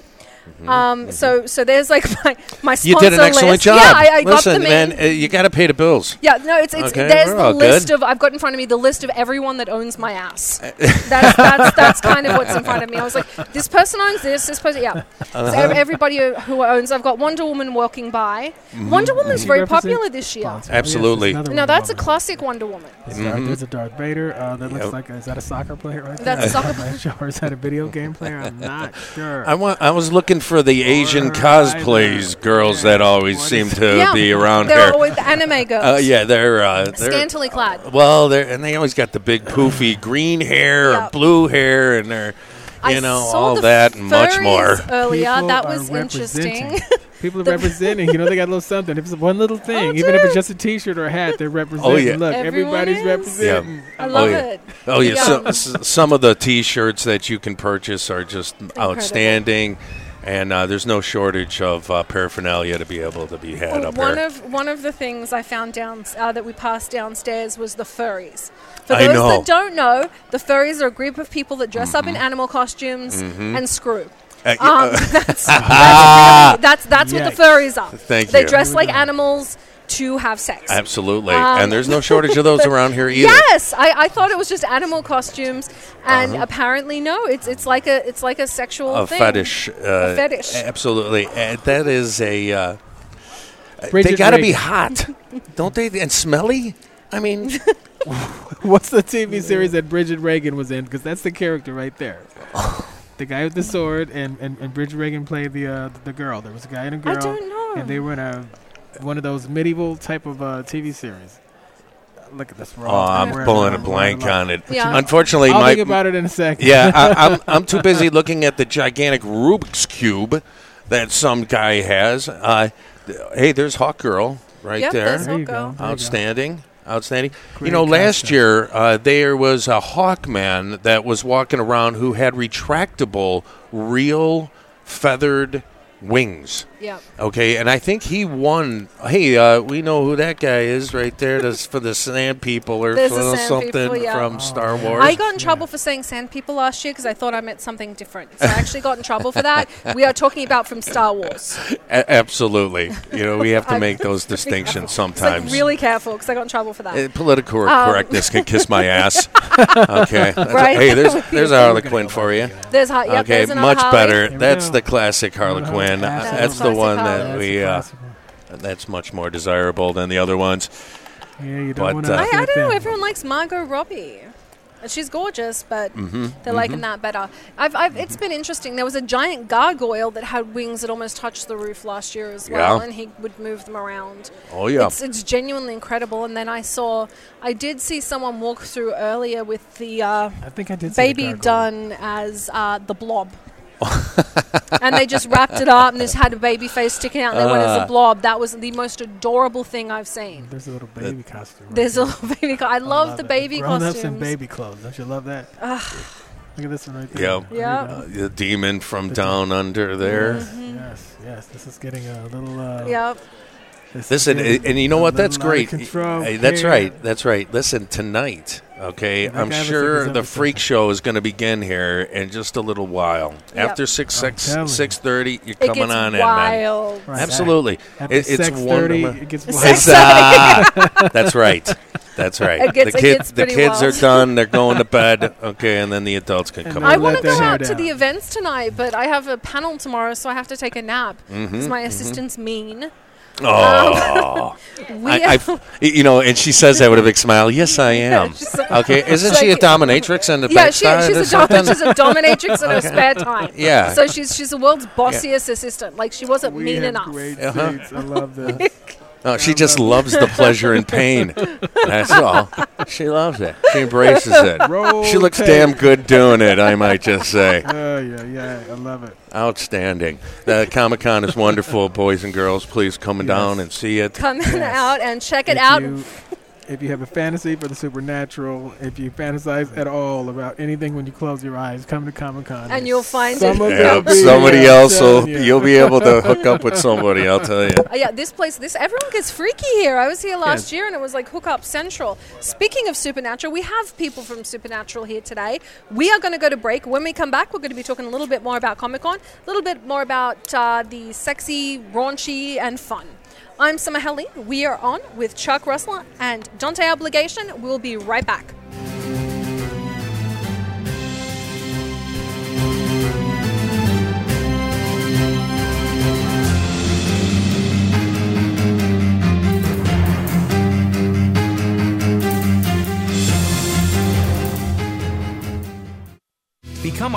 Speaker 2: Um, so, so there's like my, my sponsor
Speaker 3: you did an excellent
Speaker 2: list.
Speaker 3: job.
Speaker 2: Yeah, I, I got
Speaker 3: Listen,
Speaker 2: them in.
Speaker 3: man, uh, you got to pay the bills.
Speaker 2: Yeah, no, it's, it's
Speaker 3: Okay,
Speaker 2: there's
Speaker 3: we're
Speaker 2: the
Speaker 3: all
Speaker 2: list
Speaker 3: good.
Speaker 2: of I've got in front of me the list of everyone that owns my ass. that's, that's that's kind of what's in front of me. I was like, this person owns this, this person, yeah. So
Speaker 3: Uh-huh.
Speaker 2: ev- everybody uh, who owns, I've got Wonder Woman walking by. Wonder Woman's
Speaker 4: She
Speaker 2: very
Speaker 4: represents
Speaker 2: popular this year.
Speaker 4: Sponsor.
Speaker 3: Mm-hmm. Absolutely.
Speaker 4: Yes, there's another
Speaker 2: No,
Speaker 4: one
Speaker 2: that's a
Speaker 4: over there.
Speaker 2: classic Wonder Woman.
Speaker 4: It's Darth- There's a Darth Vader. Uh, that looks
Speaker 3: Mm-hmm. Yep.
Speaker 4: like is that a soccer player right
Speaker 2: That's a
Speaker 4: there?
Speaker 2: soccer
Speaker 4: player. Sure, is that a video game player? I'm not sure.
Speaker 3: I want. I was looking for the Asian
Speaker 4: Or
Speaker 3: cosplays
Speaker 4: either.
Speaker 3: girls
Speaker 4: Yeah.
Speaker 3: that always
Speaker 4: What
Speaker 3: seem
Speaker 4: is-
Speaker 3: to
Speaker 2: yeah,
Speaker 3: be around
Speaker 2: they're
Speaker 3: here.
Speaker 2: always the anime girls.
Speaker 3: Uh, yeah, they're, uh, they're
Speaker 2: scantily clad.
Speaker 3: Well, they're and they always got the big poofy green hair
Speaker 2: Yeah.
Speaker 3: or blue hair, and they're you
Speaker 2: I
Speaker 3: know
Speaker 2: saw
Speaker 3: all
Speaker 2: the
Speaker 3: that and much
Speaker 2: furries
Speaker 3: more.
Speaker 2: Earlier,
Speaker 4: People
Speaker 2: Oh, that
Speaker 4: are
Speaker 2: was interesting. Oh,
Speaker 4: representing. People are representing. You know, they got a little something. If it's one little thing, even if it's just a T-shirt or a hat, they're representing.
Speaker 3: yeah.
Speaker 4: Look,
Speaker 2: Everyone
Speaker 4: everybody's
Speaker 2: is.
Speaker 4: representing.
Speaker 2: I love
Speaker 3: yeah.
Speaker 2: it.
Speaker 3: Oh yeah,
Speaker 2: Yeah.
Speaker 3: so- s- some of the T-shirts that you can purchase are just outstanding, and uh, there's no shortage of uh, paraphernalia to be able to be had
Speaker 2: Well,
Speaker 3: up
Speaker 2: one
Speaker 3: here.
Speaker 2: of one of the things I found down uh, that we passed downstairs was the furries. For
Speaker 3: I
Speaker 2: those
Speaker 3: know. Mm-hmm.
Speaker 2: that don't know, the furries are a group of people that dress up in animal costumes and screw.
Speaker 3: Uh, y-
Speaker 2: Um,
Speaker 3: uh,
Speaker 2: that's
Speaker 3: Ah!
Speaker 2: that's, really- that's, that's what the
Speaker 4: Yikes.
Speaker 2: furries are.
Speaker 3: Thank
Speaker 2: they
Speaker 3: you.
Speaker 2: dress like animals to have sex.
Speaker 3: absolutely,
Speaker 2: um,
Speaker 3: and there's no shortage of those around here either.
Speaker 2: Yes, I, I thought it was just animal costumes, and apparently no, it's it's like a it's like a sexual
Speaker 3: Uh-huh. a
Speaker 2: thing.
Speaker 3: fetish. Uh,
Speaker 2: A fetish.
Speaker 3: Absolutely. Uh, that is a. Uh, they
Speaker 4: Bridget
Speaker 3: got to be
Speaker 4: Regan.
Speaker 3: hot, don't they? And smelly. I mean,
Speaker 4: What's the TV series that Bridget Reagan was in? Because that's the character right there. the guy with the sword and, and, and Bridget Reagan played the uh, the girl. There was a guy and a
Speaker 2: I
Speaker 4: girl,
Speaker 2: don't know.
Speaker 4: and they were in a one of those medieval type of uh, TV series. Look at this.
Speaker 3: oh, I'm pulling a blank on it.
Speaker 2: Yeah.
Speaker 3: Unfortunately,
Speaker 4: I'll
Speaker 3: my
Speaker 4: think about it in a second.
Speaker 3: yeah, I, I'm I'm too busy looking at the gigantic Rubik's cube that some guy has. Uh, th- hey, there's Hawk Girl right
Speaker 2: Yep,
Speaker 3: there.
Speaker 2: there's
Speaker 4: There you
Speaker 2: Go.
Speaker 4: go. There you go.
Speaker 3: Outstanding. Outstanding.
Speaker 4: Great
Speaker 3: you know, last
Speaker 4: concept.
Speaker 3: year uh, there was a Hawkman that was walking around who had retractable, real feathered wings.
Speaker 2: Yep.
Speaker 3: Okay, and I think he won. Hey, uh, we know who that guy is right there. That's for the Sand People or
Speaker 2: There's the
Speaker 3: for
Speaker 2: Sand
Speaker 3: something
Speaker 2: People, yeah. Oh,
Speaker 3: from Star Wars.
Speaker 2: I got in trouble for saying sand people last year because I thought I meant something different. So I actually got in trouble for that. We are talking about from Star Wars.
Speaker 3: A- absolutely. You know, we have to
Speaker 2: I-
Speaker 3: make those distinctions
Speaker 2: It's like
Speaker 3: sometimes.
Speaker 2: really careful because I got in trouble for that.
Speaker 3: Uh, Political
Speaker 2: Um,
Speaker 3: correctness can kiss my ass. Okay. That's-
Speaker 2: Right.
Speaker 3: Hey, there's there's Harley Quinn for you.
Speaker 2: there's hot. Yep,
Speaker 3: okay,
Speaker 2: there's another
Speaker 3: much
Speaker 2: Harley.
Speaker 3: better.
Speaker 4: we
Speaker 3: That's
Speaker 4: go.
Speaker 3: the classic Harley
Speaker 4: Another
Speaker 3: Quinn.
Speaker 4: Harley.
Speaker 3: Uh,
Speaker 4: Classic.
Speaker 3: That's the
Speaker 2: Classic
Speaker 3: one
Speaker 2: Harley.
Speaker 3: that
Speaker 4: That's
Speaker 3: we.
Speaker 4: a
Speaker 3: Uh,
Speaker 4: classic
Speaker 3: that's much more desirable than the other ones.
Speaker 4: one. yeah, you
Speaker 3: but,
Speaker 4: don't want
Speaker 3: uh,
Speaker 4: to.
Speaker 2: I, I don't know. Everyone likes Margot Robbie. And She's gorgeous, but
Speaker 3: Mm-hmm,
Speaker 2: they're liking that better. I've, I've, it's been interesting. There was a giant gargoyle that had wings that almost touched the roof last year as well,
Speaker 3: Yeah.
Speaker 2: and he would move them around.
Speaker 3: Oh yeah.
Speaker 2: It's, it's genuinely incredible. And then I saw, I did see someone walk through earlier with the uh,
Speaker 4: I think I did. see the
Speaker 2: baby
Speaker 4: gargoyle.
Speaker 2: done as uh, the blob. and they just wrapped it up and just had a baby face sticking out and they went
Speaker 3: Uh.
Speaker 2: as a blob. That was the most adorable thing I've seen.
Speaker 4: There's a little baby costume. right
Speaker 2: There's
Speaker 4: there.
Speaker 2: a little baby. Co- I love, the
Speaker 4: it.
Speaker 2: baby
Speaker 4: Grown
Speaker 2: costumes.
Speaker 4: ups in baby clothes. Don't you love that? Look at this one right there.
Speaker 3: Yeah.
Speaker 4: There you
Speaker 2: Yeah.
Speaker 4: go.
Speaker 3: Uh, the demon from down under there.
Speaker 4: Yes, yes. This is getting a little. Uh,
Speaker 2: Mm-hmm. Yep.
Speaker 3: Listen,
Speaker 4: getting
Speaker 3: and, and you know what? That's
Speaker 4: a little out
Speaker 3: great.
Speaker 4: of control
Speaker 3: Hey, that's
Speaker 4: here.
Speaker 3: right. That's right. Listen, tonight, okay,
Speaker 4: that
Speaker 3: I'm
Speaker 4: guy looks
Speaker 3: sure
Speaker 4: like he's
Speaker 3: the
Speaker 4: on to
Speaker 3: freak show is going to begin here in just a little while. After six six
Speaker 4: telling you.
Speaker 3: six thirty, you're
Speaker 2: It
Speaker 3: coming
Speaker 2: gets
Speaker 3: on in, man.
Speaker 2: wild.
Speaker 4: Right.
Speaker 3: Absolutely,
Speaker 4: After
Speaker 3: it, it's
Speaker 4: 6:30,
Speaker 3: wonderful.
Speaker 4: It gets
Speaker 3: It's,
Speaker 4: wild.
Speaker 3: uh, that's right. That's right.
Speaker 2: It gets-
Speaker 3: the
Speaker 2: it
Speaker 3: kids,
Speaker 2: gets
Speaker 3: the
Speaker 2: pretty
Speaker 3: kids
Speaker 2: wild.
Speaker 3: are done. They're going to bed. Okay, and then the adults can
Speaker 4: And
Speaker 3: come.
Speaker 4: then
Speaker 2: I
Speaker 3: in.
Speaker 4: Let
Speaker 2: want to
Speaker 4: their
Speaker 2: go
Speaker 4: hair
Speaker 2: out to the
Speaker 4: down.
Speaker 2: events tonight, but I have a panel tomorrow, so I have to take a nap because
Speaker 3: Mm-hmm,
Speaker 2: my assistant's mean.
Speaker 3: Oh,
Speaker 2: We
Speaker 3: I, I, you know, and she says that with a big smile. Yes, I am.
Speaker 2: she's like-
Speaker 3: Okay, isn't
Speaker 2: she's
Speaker 3: she a
Speaker 2: like-
Speaker 3: dominatrix and a
Speaker 2: yeah, she,
Speaker 3: backstab or
Speaker 2: she's, a dom-
Speaker 3: something?
Speaker 2: she's a dominatrix in her spare time.
Speaker 3: Yeah.
Speaker 2: So she's she's the world's bossiest assistant. Like she wasn't
Speaker 4: We
Speaker 2: mean
Speaker 4: have
Speaker 2: enough.
Speaker 4: great
Speaker 3: Uh-huh.
Speaker 4: seats. I love this.
Speaker 3: No, Oh, she just loves the pleasure and pain. That's all. She loves it. She embraces it.
Speaker 4: Roll
Speaker 3: She looks
Speaker 4: tape.
Speaker 3: damn good doing it, I might just say.
Speaker 4: Oh yeah, yeah, I love it.
Speaker 3: Outstanding. The Comic Con is wonderful, boys and girls. Please come down and see it.
Speaker 2: Come out and check it
Speaker 4: if
Speaker 2: out.
Speaker 4: You, if you have a fantasy for the supernatural, if you fantasize at all about anything when you close your eyes, come to Comic Con.
Speaker 2: And you'll find it.
Speaker 4: Somebody
Speaker 3: Yeah, somebody else will. You'll be able to hook up with somebody. I'll tell you.
Speaker 2: Uh, yeah, this place, this everyone gets freaky here. I was here last year, and it was like hookup central. Speaking of supernatural, we have people from supernatural here today. We are going to go to break. When we come back, we're going to be talking a little bit more about Comic Con, a little bit more about uh, the sexy, raunchy, and fun. I'm Summer Helly. We are on with Chuck Russell and Dante Obligation. We'll be right back.
Speaker 7: Become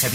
Speaker 7: Have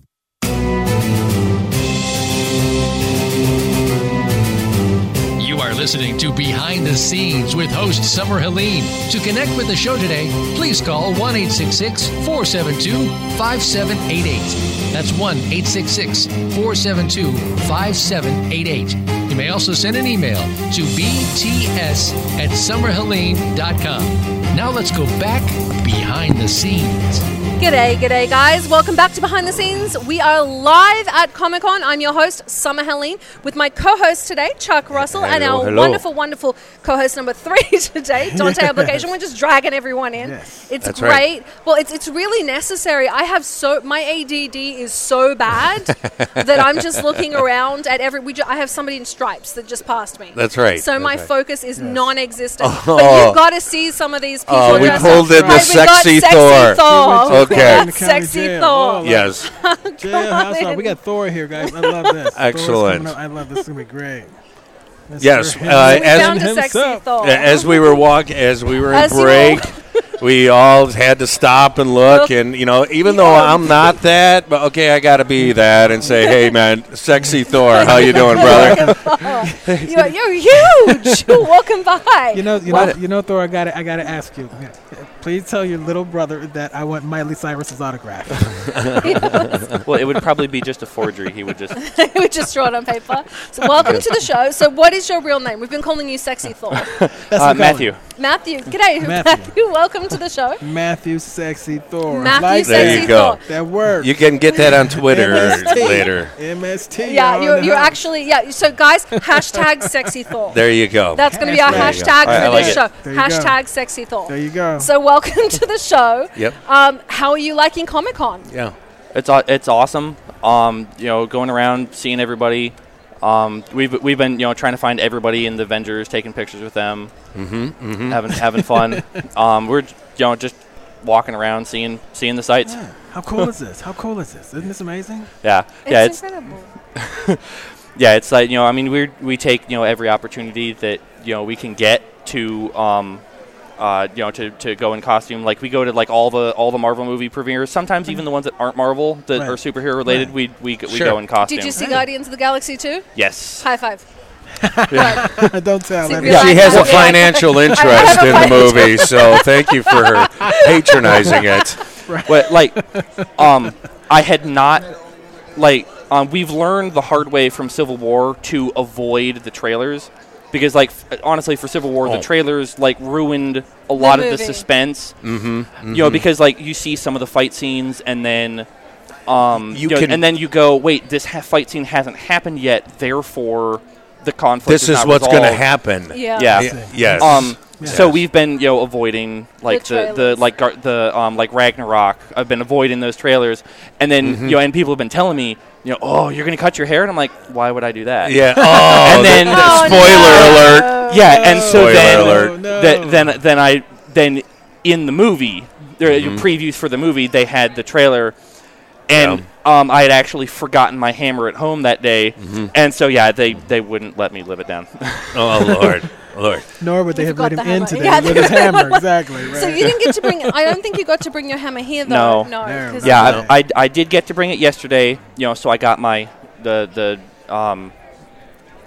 Speaker 1: You are listening to Behind the Scenes with host Summer Helene. To connect with the show today, please call 1 866 472 5788. That's 1 866 472 5788. You may also send an email to bts at summerhelene.com. Now let's go back behind the scenes.
Speaker 2: G'day, g'day, guys. Welcome back to Behind the Scenes. We are live at Comic Con. I'm your host, Summer Helene, with my co host today, Chuck Russell, and
Speaker 3: hello,
Speaker 2: our
Speaker 3: hello.
Speaker 2: wonderful, wonderful co host number three today, Dante Application. We're just dragging everyone in.
Speaker 4: Yes.
Speaker 2: It's
Speaker 3: That's
Speaker 2: great.
Speaker 3: right.
Speaker 2: Well, it's, it's really necessary. I have so, my ADD is so bad that I'm just looking around at every, we ju- I have somebody in stripes that just passed me.
Speaker 3: That's right.
Speaker 2: So
Speaker 3: That's
Speaker 2: my
Speaker 3: right.
Speaker 2: focus is non existent. But you've got to see some of these people.
Speaker 3: Oh, we
Speaker 2: dressed
Speaker 3: pulled
Speaker 2: up.
Speaker 3: in the
Speaker 2: Right, we got
Speaker 3: sexy
Speaker 2: sexy
Speaker 3: Thor.
Speaker 2: Thor.
Speaker 3: Okay.
Speaker 2: We got
Speaker 4: Okay.
Speaker 2: Sexy
Speaker 4: Yeah.
Speaker 2: Thor.
Speaker 3: Yes.
Speaker 4: Jailhouse Rock. We got Thor here, guys. I love this. Thor's coming
Speaker 3: Excellent.
Speaker 4: up. I love this. It's gonna be great. Mr.
Speaker 3: Yes,
Speaker 4: Henry
Speaker 3: uh,
Speaker 2: We
Speaker 3: As
Speaker 2: found a
Speaker 4: himself.
Speaker 2: sexy Thor.
Speaker 3: Yeah, As we were walking, as we were in
Speaker 2: As you
Speaker 3: break, we all had to stop and look, and you know, even though
Speaker 2: Yeah.
Speaker 3: I'm not that, but okay, I gotta be that and say, "Hey, man, sexy Thor, how you doing, brother?"
Speaker 2: you're, you're huge. You're walking by.
Speaker 4: You know, you
Speaker 3: What?
Speaker 4: know, you know, Thor. I got to I got to ask you. Please tell your little brother that I want Miley Cyrus's autograph.
Speaker 3: Uh,
Speaker 5: well, it would probably be just a forgery. He would just.
Speaker 2: we just draw it on paper. So welcome to the show. So what is your real name? We've been calling you Sexy Thor.
Speaker 4: That's
Speaker 5: Uh,
Speaker 4: what I'm
Speaker 5: Matthew.
Speaker 4: calling
Speaker 2: Matthew. G'day,
Speaker 4: Matthew.
Speaker 2: Matthew. Welcome to the show.
Speaker 4: it. Matthew, sexy Thor.
Speaker 2: Matthew
Speaker 4: Like
Speaker 3: There
Speaker 2: Sexy
Speaker 3: you go.
Speaker 2: Thor.
Speaker 4: That word.
Speaker 3: You can get that on Twitter
Speaker 4: MST.
Speaker 3: later.
Speaker 4: MST.
Speaker 2: Yeah,
Speaker 4: on
Speaker 2: you're,
Speaker 4: the
Speaker 2: you're
Speaker 4: house.
Speaker 2: actually, yeah. So guys, hashtag Sexy Thor.
Speaker 3: There you
Speaker 8: Oh.
Speaker 3: go.
Speaker 2: That's going to be our
Speaker 4: There
Speaker 3: you go.
Speaker 2: hashtag
Speaker 3: All right, I
Speaker 2: for
Speaker 3: like
Speaker 2: this
Speaker 3: it.
Speaker 2: show.
Speaker 4: There you go.
Speaker 2: Hashtag Sexy Thor.
Speaker 4: There you go.
Speaker 2: So welcome to the show.
Speaker 3: Yep.
Speaker 2: Um, how are you liking Comic Con?
Speaker 3: yeah.
Speaker 8: it's aw- it's awesome. Um, you know, going around seeing everybody. Um, we've we've been you know trying to find everybody in the Avengers, taking pictures with them, mm-hmm, having having fun. um, we're you know just walking around, seeing seeing the sights. Yeah,
Speaker 4: How cool is this? How cool is this? Isn't this amazing?
Speaker 8: yeah,
Speaker 2: It's
Speaker 8: yeah, it's
Speaker 2: incredible.
Speaker 8: yeah, it's like you know I mean we we take you know every opportunity that you know we can get to. Um, uh, you know, to, to go in costume, like we go to like all the all the Marvel movie premieres. Sometimes even the ones that aren't Marvel that
Speaker 4: Right.
Speaker 8: are superhero related, we we, g- we
Speaker 3: Sure.
Speaker 8: go in costume.
Speaker 2: Did you see Guardians of the Galaxy too?
Speaker 8: Yes.
Speaker 2: High five.
Speaker 4: Don't tell.
Speaker 2: See,
Speaker 4: Let me-
Speaker 2: you're
Speaker 3: She
Speaker 2: like,
Speaker 3: has a
Speaker 2: okay.
Speaker 3: financial interest in the movie, so thank you for her patronizing it.
Speaker 8: But like, um, I had not like um, we've learned the hard way from Civil War to avoid the trailers because like f- honestly for Civil War
Speaker 3: Oh.
Speaker 8: the trailers like ruined a lot of
Speaker 2: movie.
Speaker 8: the suspense. Mm-hmm, You know because like you see some of the fight scenes and then. Um,
Speaker 3: You
Speaker 8: you know,
Speaker 3: can-
Speaker 8: and then you go. Wait, this ha- fight scene hasn't happened yet. Therefore, the conflict.
Speaker 3: This is
Speaker 8: not
Speaker 3: what's going to
Speaker 8: resolved."
Speaker 3: happen.
Speaker 2: Yeah.
Speaker 8: Yeah.
Speaker 3: Y- Yes.
Speaker 8: Um, So
Speaker 3: Yes.
Speaker 8: we've been you know avoiding like
Speaker 2: The
Speaker 8: the, the,
Speaker 2: trailers.
Speaker 8: like gar- the um, like Ragnarok. I've been avoiding those trailers, and then
Speaker 3: Mm-hmm.
Speaker 8: you know, and people have been telling me, you know, oh, you're gonna cut your hair, and I'm like, why would I do that?
Speaker 3: yeah. Oh,
Speaker 8: And then
Speaker 2: Oh,
Speaker 3: spoiler alert.
Speaker 8: yeah, and so
Speaker 3: Spoiler
Speaker 8: then
Speaker 3: alert.
Speaker 8: that- then then I then in the movie, there your
Speaker 3: Mm-hmm.
Speaker 8: previews for the movie, they had the trailer, and um, I had actually forgotten my hammer at home that day,
Speaker 3: Mm-hmm.
Speaker 8: and so yeah, they they wouldn't let me live it down.
Speaker 3: Oh, Lord. Lord.
Speaker 4: Nor would they
Speaker 2: You
Speaker 4: have
Speaker 2: forgot
Speaker 4: let him
Speaker 2: the
Speaker 4: in
Speaker 2: hammer.
Speaker 4: today
Speaker 2: Yeah,
Speaker 4: with
Speaker 2: they
Speaker 4: his
Speaker 2: would've
Speaker 4: hammer.
Speaker 2: let-
Speaker 4: exactly. Right.
Speaker 2: So you didn't get to bring. I don't think you got to bring your hammer here though.
Speaker 4: No,
Speaker 8: No.
Speaker 2: 'cause-
Speaker 8: Yeah,
Speaker 4: No.
Speaker 8: I, I, I did get to bring it yesterday. You know, so I got my the the um,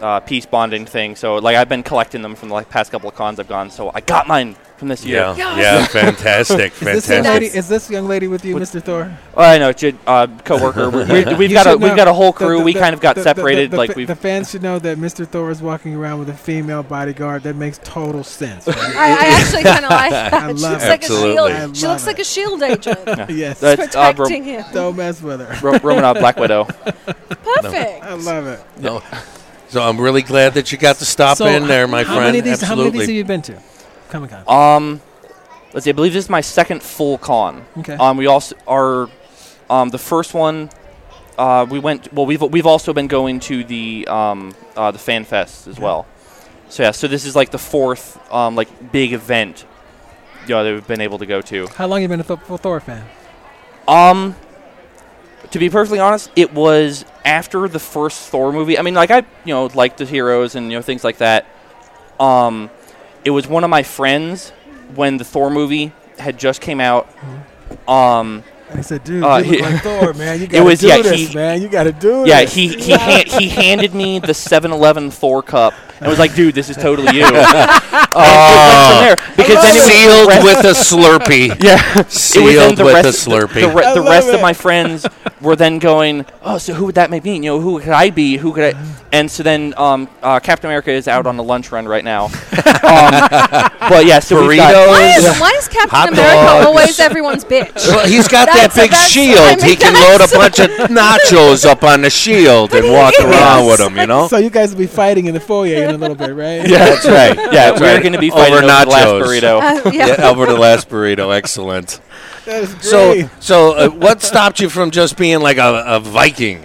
Speaker 8: uh, peace bonding thing. So like I've been collecting them from the like, past couple of cons I've gone. So I got mine from this year.
Speaker 3: Yeah.
Speaker 2: Yes.
Speaker 3: Yeah. Fantastic.
Speaker 4: Oh Is this, young lady,
Speaker 3: Fantastic.
Speaker 4: is this young lady with you, Mr. Thor?
Speaker 8: Oh, I know, ju- uh, coworker. we, we- we've
Speaker 4: You
Speaker 8: got a
Speaker 4: should know
Speaker 8: we've got a whole
Speaker 4: the-
Speaker 8: crew.
Speaker 4: the-
Speaker 8: we
Speaker 4: the-
Speaker 8: kind of got
Speaker 4: the- the-
Speaker 8: separated.
Speaker 4: the-
Speaker 8: like
Speaker 4: the-
Speaker 8: we've
Speaker 4: the fans should know that Mr. Thor is walking around with a female bodyguard. That makes total sense. right?
Speaker 2: I, I actually kind of like that.
Speaker 4: I
Speaker 2: she
Speaker 4: love
Speaker 2: looks
Speaker 4: it.
Speaker 2: like a
Speaker 3: Absolutely. I
Speaker 2: shield. She
Speaker 4: love
Speaker 2: looks like
Speaker 4: it.
Speaker 2: a shield agent.
Speaker 4: yes.
Speaker 8: That's- It's, uh, bro-
Speaker 2: protecting him.
Speaker 4: Don't mess with her.
Speaker 8: Ro- Romanov Black Widow.
Speaker 2: Perfect.
Speaker 4: I love it.
Speaker 3: No. So I'm really glad that you got to stop in there, my
Speaker 4: how
Speaker 3: friend.
Speaker 4: Many of these, How many of
Speaker 3: Absolutely.
Speaker 4: these have you been to? Comic Con.
Speaker 8: Um, let's see. I believe this is my second full con.
Speaker 4: Okay.
Speaker 8: Um, we also are um, the first one. Uh, we went. Well, we've we've also been going to the um, uh, the fan fest as well. So yeah. So this is like the fourth um, like big event. You know, that we've been able to go to.
Speaker 4: How long have you been a Thor- Thor- Thor fan?
Speaker 8: Um, to be perfectly honest, it was after the first Thor movie. I mean, like I, you know, liked the heroes and you know things like that. Um, it was one of my friends when the Thor movie had just came out. Um,
Speaker 4: I said, dude,
Speaker 8: Uh,
Speaker 4: you look
Speaker 8: he-
Speaker 4: like Thor, man. You gotta
Speaker 8: was-
Speaker 4: do
Speaker 8: yeah,
Speaker 4: this,
Speaker 8: he-
Speaker 4: man. You gotta do
Speaker 8: yeah,
Speaker 4: this.
Speaker 8: he he han- he handed me the 7-Eleven Thor cup and was like, "Dude, this is totally you." uh, from there, because then it was
Speaker 3: Uh, sealed
Speaker 8: the rest-
Speaker 3: with a Slurpee.
Speaker 8: yeah, it was then
Speaker 3: Sealed
Speaker 8: the
Speaker 3: with
Speaker 8: rest,
Speaker 3: a
Speaker 8: The,
Speaker 3: Slurpee.
Speaker 8: the re-
Speaker 4: I
Speaker 8: the
Speaker 4: love
Speaker 8: rest
Speaker 4: it.
Speaker 8: of my friends were then going, "Oh, so who would that make me? You know, who could I be? Who could I?" And so then, um, uh, Captain America is out on a lunch run right now. um, but yeah, so we've got-
Speaker 2: Why
Speaker 3: Burritos.
Speaker 2: is, why is Captain
Speaker 3: Hot
Speaker 2: America
Speaker 3: dogs.
Speaker 2: always everyone's bitch?
Speaker 3: Well, he's got
Speaker 2: That's-
Speaker 3: that big
Speaker 2: that's-
Speaker 3: shield.
Speaker 2: I mean,
Speaker 3: he can load a
Speaker 2: that's-
Speaker 3: bunch of nachos up on the shield and walk around with them, you know?
Speaker 4: So you guys will be fighting in the foyer in a little bit, right?
Speaker 3: Yeah, that's right.
Speaker 8: yeah,
Speaker 3: That's
Speaker 8: we're
Speaker 3: right.
Speaker 8: going to be
Speaker 3: Over
Speaker 8: fighting over, the last
Speaker 3: nachos.
Speaker 8: burrito.
Speaker 2: Uh, yeah.
Speaker 3: Yeah, over the last burrito. Excellent.
Speaker 4: That is
Speaker 3: So,
Speaker 4: great.
Speaker 3: so uh, what stopped you from just being like a, a Viking?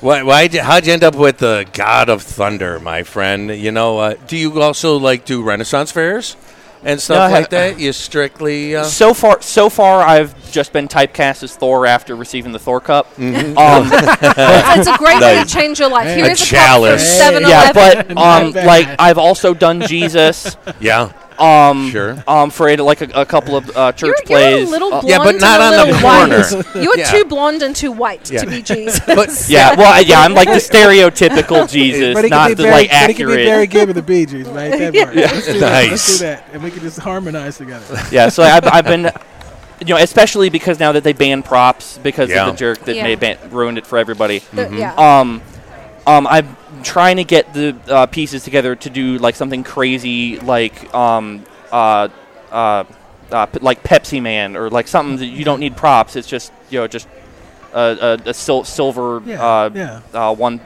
Speaker 3: Why, why? d- How'd you end up with the God of Thunder, my friend? You know, uh, do you also like do Renaissance fairs and
Speaker 8: No, I
Speaker 3: stuff
Speaker 8: have-
Speaker 3: like that? You strictly uh,
Speaker 8: So far, so far, I've just been typecast as Thor after receiving the Thor cup. Um,
Speaker 2: It's a
Speaker 3: Mm-hmm.
Speaker 2: great way to
Speaker 3: Nice.
Speaker 2: change your life. Here
Speaker 3: A
Speaker 2: is a cup from
Speaker 3: chalice. Hey.
Speaker 2: 7
Speaker 8: yeah,
Speaker 2: Eleven.
Speaker 8: but um, like I've also done Jesus.
Speaker 3: yeah,
Speaker 8: Um,
Speaker 3: Sure.
Speaker 8: Um, for it, like a, a couple of uh, church
Speaker 2: You're, you're
Speaker 8: plays. Uh,
Speaker 2: a little blonde
Speaker 3: Yeah, but not
Speaker 2: and a
Speaker 3: on the
Speaker 2: little
Speaker 3: corner.
Speaker 2: white. You are
Speaker 3: Yeah.
Speaker 2: uh, too blonde and too white
Speaker 3: Yeah.
Speaker 2: to be Jesus.
Speaker 3: but
Speaker 8: Yeah, well, I- yeah, I'm like the stereotypical Jesus,
Speaker 4: But it
Speaker 8: not
Speaker 4: can be
Speaker 8: the
Speaker 4: very,
Speaker 8: like
Speaker 4: but it can be very
Speaker 8: accurate.
Speaker 4: good with the Bee Gees, right? That part. Let's do that. Let's
Speaker 3: Nice.
Speaker 4: do that, and we can just harmonize together.
Speaker 8: Yeah, so I've, I've been, you know, especially because now that they ban props because
Speaker 3: Yeah.
Speaker 8: of the jerk that
Speaker 2: Yeah.
Speaker 8: made ban- ruined it for everybody.
Speaker 2: The-
Speaker 4: Mm-hmm.
Speaker 2: yeah.
Speaker 8: Um, um, I'm trying to get the uh, pieces together to do like something crazy, like um, uh, uh, uh, p- like Pepsi Man or like something that you don't need props. It's just you know just a, a, a sil- silver
Speaker 4: Yeah,
Speaker 8: uh,
Speaker 4: yeah.
Speaker 8: Uh, one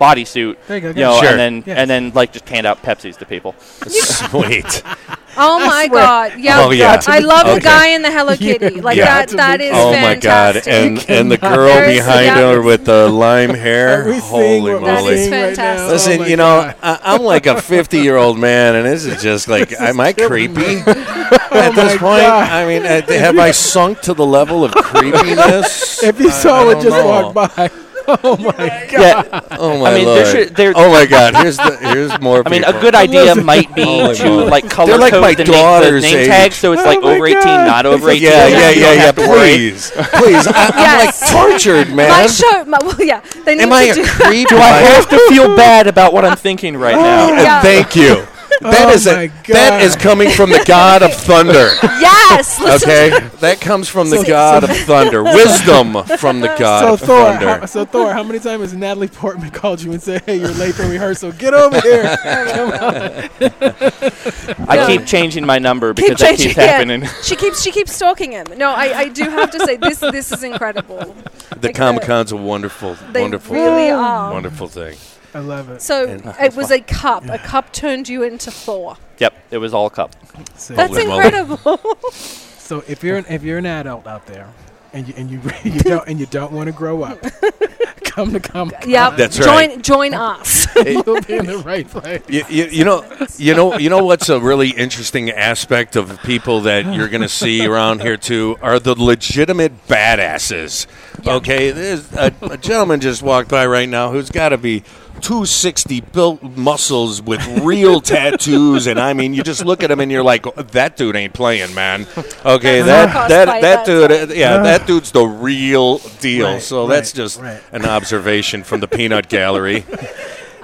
Speaker 8: bodysuit.
Speaker 4: There you go.
Speaker 8: You know,
Speaker 3: Sure.
Speaker 8: and then
Speaker 4: Yes.
Speaker 8: and then like just hand out Pepsis to people.
Speaker 3: sweet.
Speaker 2: Oh my god! Yeah,
Speaker 3: Oh, yeah.
Speaker 2: I love
Speaker 3: Okay.
Speaker 2: the guy in the Hello Kitty. Like
Speaker 3: Yeah.
Speaker 2: that. That is
Speaker 3: oh my god!
Speaker 2: fantastic.
Speaker 3: And and the
Speaker 2: cannot-
Speaker 3: girl
Speaker 2: There's-
Speaker 3: behind
Speaker 2: yeah.
Speaker 3: her with the lime hair.
Speaker 4: Are we seeing
Speaker 3: Holy
Speaker 4: what we're
Speaker 2: That is
Speaker 4: seeing
Speaker 3: moly!
Speaker 4: right now?
Speaker 2: fantastic.
Speaker 3: Listen,
Speaker 4: Oh my
Speaker 3: you know,
Speaker 4: God.
Speaker 3: I, I'm like a 50 year old man, and this is just like, am I creepy at this
Speaker 4: my
Speaker 3: point?
Speaker 4: God.
Speaker 3: I mean, uh, have I sunk to the level of creepiness?
Speaker 4: If you
Speaker 3: I- I
Speaker 4: saw it
Speaker 3: don't
Speaker 4: just
Speaker 3: know.
Speaker 4: walk by. Oh my god.
Speaker 8: Yeah,
Speaker 3: Oh my
Speaker 8: I mean, there
Speaker 3: lord!
Speaker 8: should- there-
Speaker 3: oh my god! Here's the here's more.
Speaker 8: I mean, a
Speaker 3: people.
Speaker 8: good idea might be
Speaker 3: Holy
Speaker 8: to
Speaker 3: moly.
Speaker 8: like
Speaker 3: They're
Speaker 8: color
Speaker 3: like
Speaker 8: code
Speaker 3: my
Speaker 8: the, na- the
Speaker 3: daughter's eh?
Speaker 8: name
Speaker 3: age. Oh
Speaker 8: tag so it's like
Speaker 4: my
Speaker 8: over 18,
Speaker 4: God.
Speaker 8: not over 18.
Speaker 3: Yeah, yeah,
Speaker 8: You
Speaker 3: yeah,
Speaker 8: don't
Speaker 3: yeah.
Speaker 8: have to worry.
Speaker 3: Please, please. I, I'm
Speaker 2: Yes.
Speaker 3: like tortured,
Speaker 2: My
Speaker 3: man.
Speaker 2: show. My, well, yeah. They need
Speaker 3: Am
Speaker 2: to
Speaker 3: I a
Speaker 2: do.
Speaker 3: creep?
Speaker 8: Do I have to feel bad about what I'm thinking right now?
Speaker 2: Yeah.
Speaker 3: Oh, Thank you. That
Speaker 4: Oh
Speaker 3: is
Speaker 4: my
Speaker 3: a, that
Speaker 4: God.
Speaker 3: is coming from the god of thunder.
Speaker 2: yes. Listen.
Speaker 3: Okay, that comes from the god of thunder. Wisdom from the god
Speaker 4: So
Speaker 3: of
Speaker 4: Thor,
Speaker 3: thunder.
Speaker 4: how, so Thor, how many times has Natalie Portman called you and said, "Hey, you're late for rehearsal. Get over here."
Speaker 8: I keep changing my number because
Speaker 2: Keep
Speaker 8: that
Speaker 2: changing.
Speaker 8: keeps
Speaker 2: yeah.
Speaker 8: happening.
Speaker 2: She keeps she keeps stalking him. No, I, I do have to say this this is incredible.
Speaker 3: The
Speaker 2: Like,
Speaker 3: Comic Con's a wonderful,
Speaker 2: They
Speaker 3: wonderful,
Speaker 2: really are.
Speaker 3: wonderful thing.
Speaker 4: I love it.
Speaker 2: So
Speaker 3: And-
Speaker 2: it was a cup. A cup turned you into Thor.
Speaker 8: yep, it was all cup.
Speaker 4: So,
Speaker 2: That's
Speaker 3: Holy moly.
Speaker 2: incredible.
Speaker 4: so if you're an, if you're an adult out there and you and you, you don't and you don't want to grow up, come to Comic Con.
Speaker 2: yeah.
Speaker 3: That's
Speaker 2: join,
Speaker 3: right.
Speaker 2: Join us.
Speaker 4: You'll be in the right place.
Speaker 3: You, you, you know, you know, you know what's a really interesting aspect of people that you're going to see around here too are the legitimate badasses. Okay, there's a, a gentleman just walked by right now who's got to be 260 built muscles with real tattoos, and I mean, you just look at him and you're like, "Oh, that dude ain't playing, man. Okay,
Speaker 2: That's
Speaker 3: that
Speaker 2: not
Speaker 3: that
Speaker 2: cosplay,
Speaker 3: that
Speaker 2: that's
Speaker 3: dude, uh, yeah, that dude's the real deal.
Speaker 4: Right,
Speaker 3: so that's
Speaker 4: right,
Speaker 3: just
Speaker 4: right.
Speaker 3: an observation from the peanut gallery.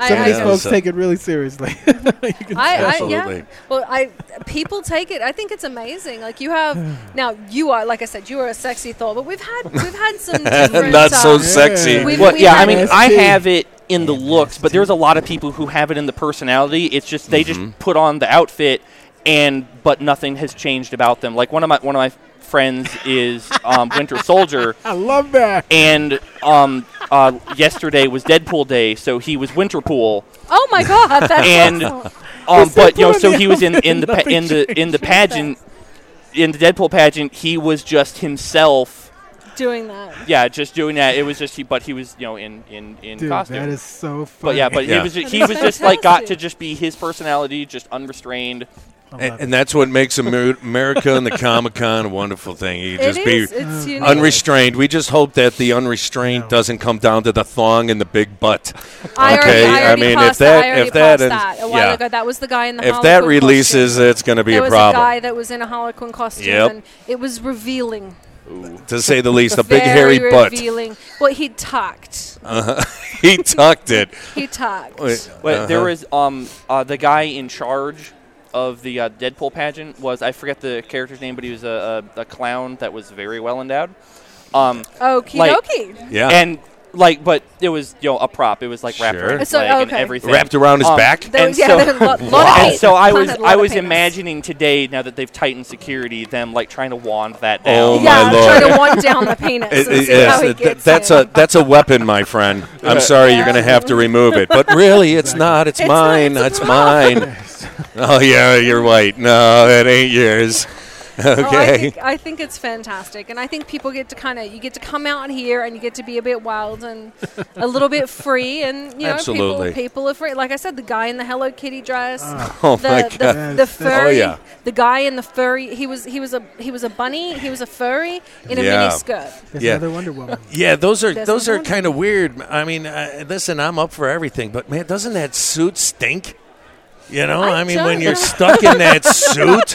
Speaker 4: Some of
Speaker 2: I,
Speaker 4: these
Speaker 2: I,
Speaker 3: Yeah.
Speaker 4: folks
Speaker 3: So-
Speaker 4: take it really seriously.
Speaker 2: I, I yeah.
Speaker 3: Absolutely.
Speaker 2: Well, I people take it. I think it's amazing. Like you have now. You are like I said. You are a sexy Thor, but we've had we've had some different,
Speaker 3: Not so
Speaker 2: uh,
Speaker 3: sexy.
Speaker 2: we've-
Speaker 8: Well,
Speaker 2: we've
Speaker 8: yeah, I
Speaker 2: had-
Speaker 8: mean,
Speaker 4: MST.
Speaker 8: I have it in the looks, but there's a lot of people who have it in the personality. It's just they
Speaker 3: Mm-hmm.
Speaker 8: just put on the outfit, and but nothing has changed about them. Like one of my one of my friends is um, Winter Soldier,
Speaker 4: I love that.
Speaker 8: and um, uh, yesterday was Deadpool Day, so he was Winterpool,
Speaker 2: Oh my god! That's
Speaker 8: and
Speaker 2: awesome.
Speaker 8: um, but you know,
Speaker 4: put
Speaker 8: so
Speaker 4: on
Speaker 8: he
Speaker 4: the
Speaker 8: was in in the pa-
Speaker 4: outfit,
Speaker 8: in the in the
Speaker 2: nothing
Speaker 8: pageant, in the Deadpool pageant, he was just himself.
Speaker 2: doing that.
Speaker 8: Yeah, just doing that. It was just he, but he was you know in in in
Speaker 4: Dude,
Speaker 8: costume.
Speaker 4: that is so funny.
Speaker 8: But yeah, but
Speaker 3: Yeah.
Speaker 8: he was just, he
Speaker 2: That's
Speaker 8: was just like got to
Speaker 2: fantastic.
Speaker 8: just be his personality, just unrestrained.
Speaker 3: And, and that's what makes Amer- America and the Comic Con a wonderful thing. You
Speaker 2: It
Speaker 3: just be
Speaker 2: is. It's unique.
Speaker 3: unrestrained. We just hope that the unrestraint doesn't come down to the thong and the big butt.
Speaker 2: I already,
Speaker 3: okay,
Speaker 2: I already
Speaker 3: I mean, if
Speaker 2: passed that,
Speaker 3: that-
Speaker 2: I already
Speaker 3: if that
Speaker 2: passed
Speaker 3: ends-
Speaker 2: that a while
Speaker 3: yeah.
Speaker 2: ago. That was the guy in the
Speaker 3: If
Speaker 2: Harlequin
Speaker 3: that releases,
Speaker 2: costume.
Speaker 3: it's going to be
Speaker 2: there
Speaker 3: a
Speaker 2: was a guy
Speaker 3: problem,
Speaker 2: that was in a Harlequin costume,
Speaker 3: Yep.
Speaker 2: and it was revealing.
Speaker 3: to say the least. A big
Speaker 2: very
Speaker 3: hairy butt.
Speaker 2: revealing. Well, he tucked.
Speaker 3: He tucked it.
Speaker 2: He tucked.
Speaker 8: But there
Speaker 3: Uh-huh.
Speaker 8: was um uh, the guy in charge of the uh, Deadpool pageant was I forget the character's name, but he was a, a, a clown that was very well endowed. Um,
Speaker 2: Okie
Speaker 8: Like-
Speaker 2: dokie.
Speaker 3: Yeah.
Speaker 8: and like, but it was you know a prop. It was like wrapped
Speaker 3: Sure.
Speaker 8: around his
Speaker 2: So,
Speaker 8: leg and
Speaker 2: okay.
Speaker 8: everything
Speaker 3: wrapped around his
Speaker 8: Um,
Speaker 3: back.
Speaker 2: There
Speaker 8: And
Speaker 2: was, yeah,
Speaker 8: so-
Speaker 2: there was a lot, lot of
Speaker 8: And
Speaker 2: penis.
Speaker 8: so I
Speaker 2: Con
Speaker 8: was
Speaker 2: had a lot
Speaker 8: I
Speaker 2: of
Speaker 8: was
Speaker 2: penis.
Speaker 8: imagining today now that they've tightened security them like trying to wand that down.
Speaker 3: Oh,
Speaker 2: Yeah,
Speaker 3: my
Speaker 2: I'm
Speaker 3: lord.
Speaker 2: trying to wind down the penis.
Speaker 3: It-
Speaker 2: and
Speaker 3: it-
Speaker 2: see how
Speaker 3: yes,
Speaker 2: he
Speaker 3: th-
Speaker 2: gets
Speaker 3: that's
Speaker 2: in.
Speaker 3: a that's a weapon, my friend. I'm sorry, you're going to have to remove it. But really, it's not. It's,
Speaker 2: It's not,
Speaker 3: mine.
Speaker 2: it's a
Speaker 3: It's mine. Oh yeah, you're white. No, that ain't yours.
Speaker 2: Oh, I,
Speaker 3: Okay.
Speaker 2: think, I think it's fantastic, and I think people get to kind of you get to come out here and you get to be a bit wild and a little bit free, and you know,
Speaker 3: Absolutely.
Speaker 2: people people are free. Like I said, the guy in the Hello Kitty dress,
Speaker 3: Oh
Speaker 2: the,
Speaker 3: my
Speaker 2: the,
Speaker 3: god.
Speaker 2: the
Speaker 4: Yes. Oh,
Speaker 2: furry,
Speaker 3: yeah.
Speaker 2: the guy in the furry. He was he was a he was a bunny. He was a furry in a
Speaker 3: Yeah.
Speaker 2: mini skirt.
Speaker 4: There's
Speaker 3: Yeah.
Speaker 4: another Wonder Woman.
Speaker 3: Yeah, those are
Speaker 2: There's
Speaker 3: those are
Speaker 2: another one.
Speaker 3: kind of weird. I mean, uh, listen, I'm up for everything, but man, doesn't that suit stink? You know, I,
Speaker 2: I
Speaker 3: mean, when
Speaker 2: don't
Speaker 3: you're
Speaker 2: know.
Speaker 3: stuck in that suit,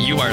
Speaker 1: You are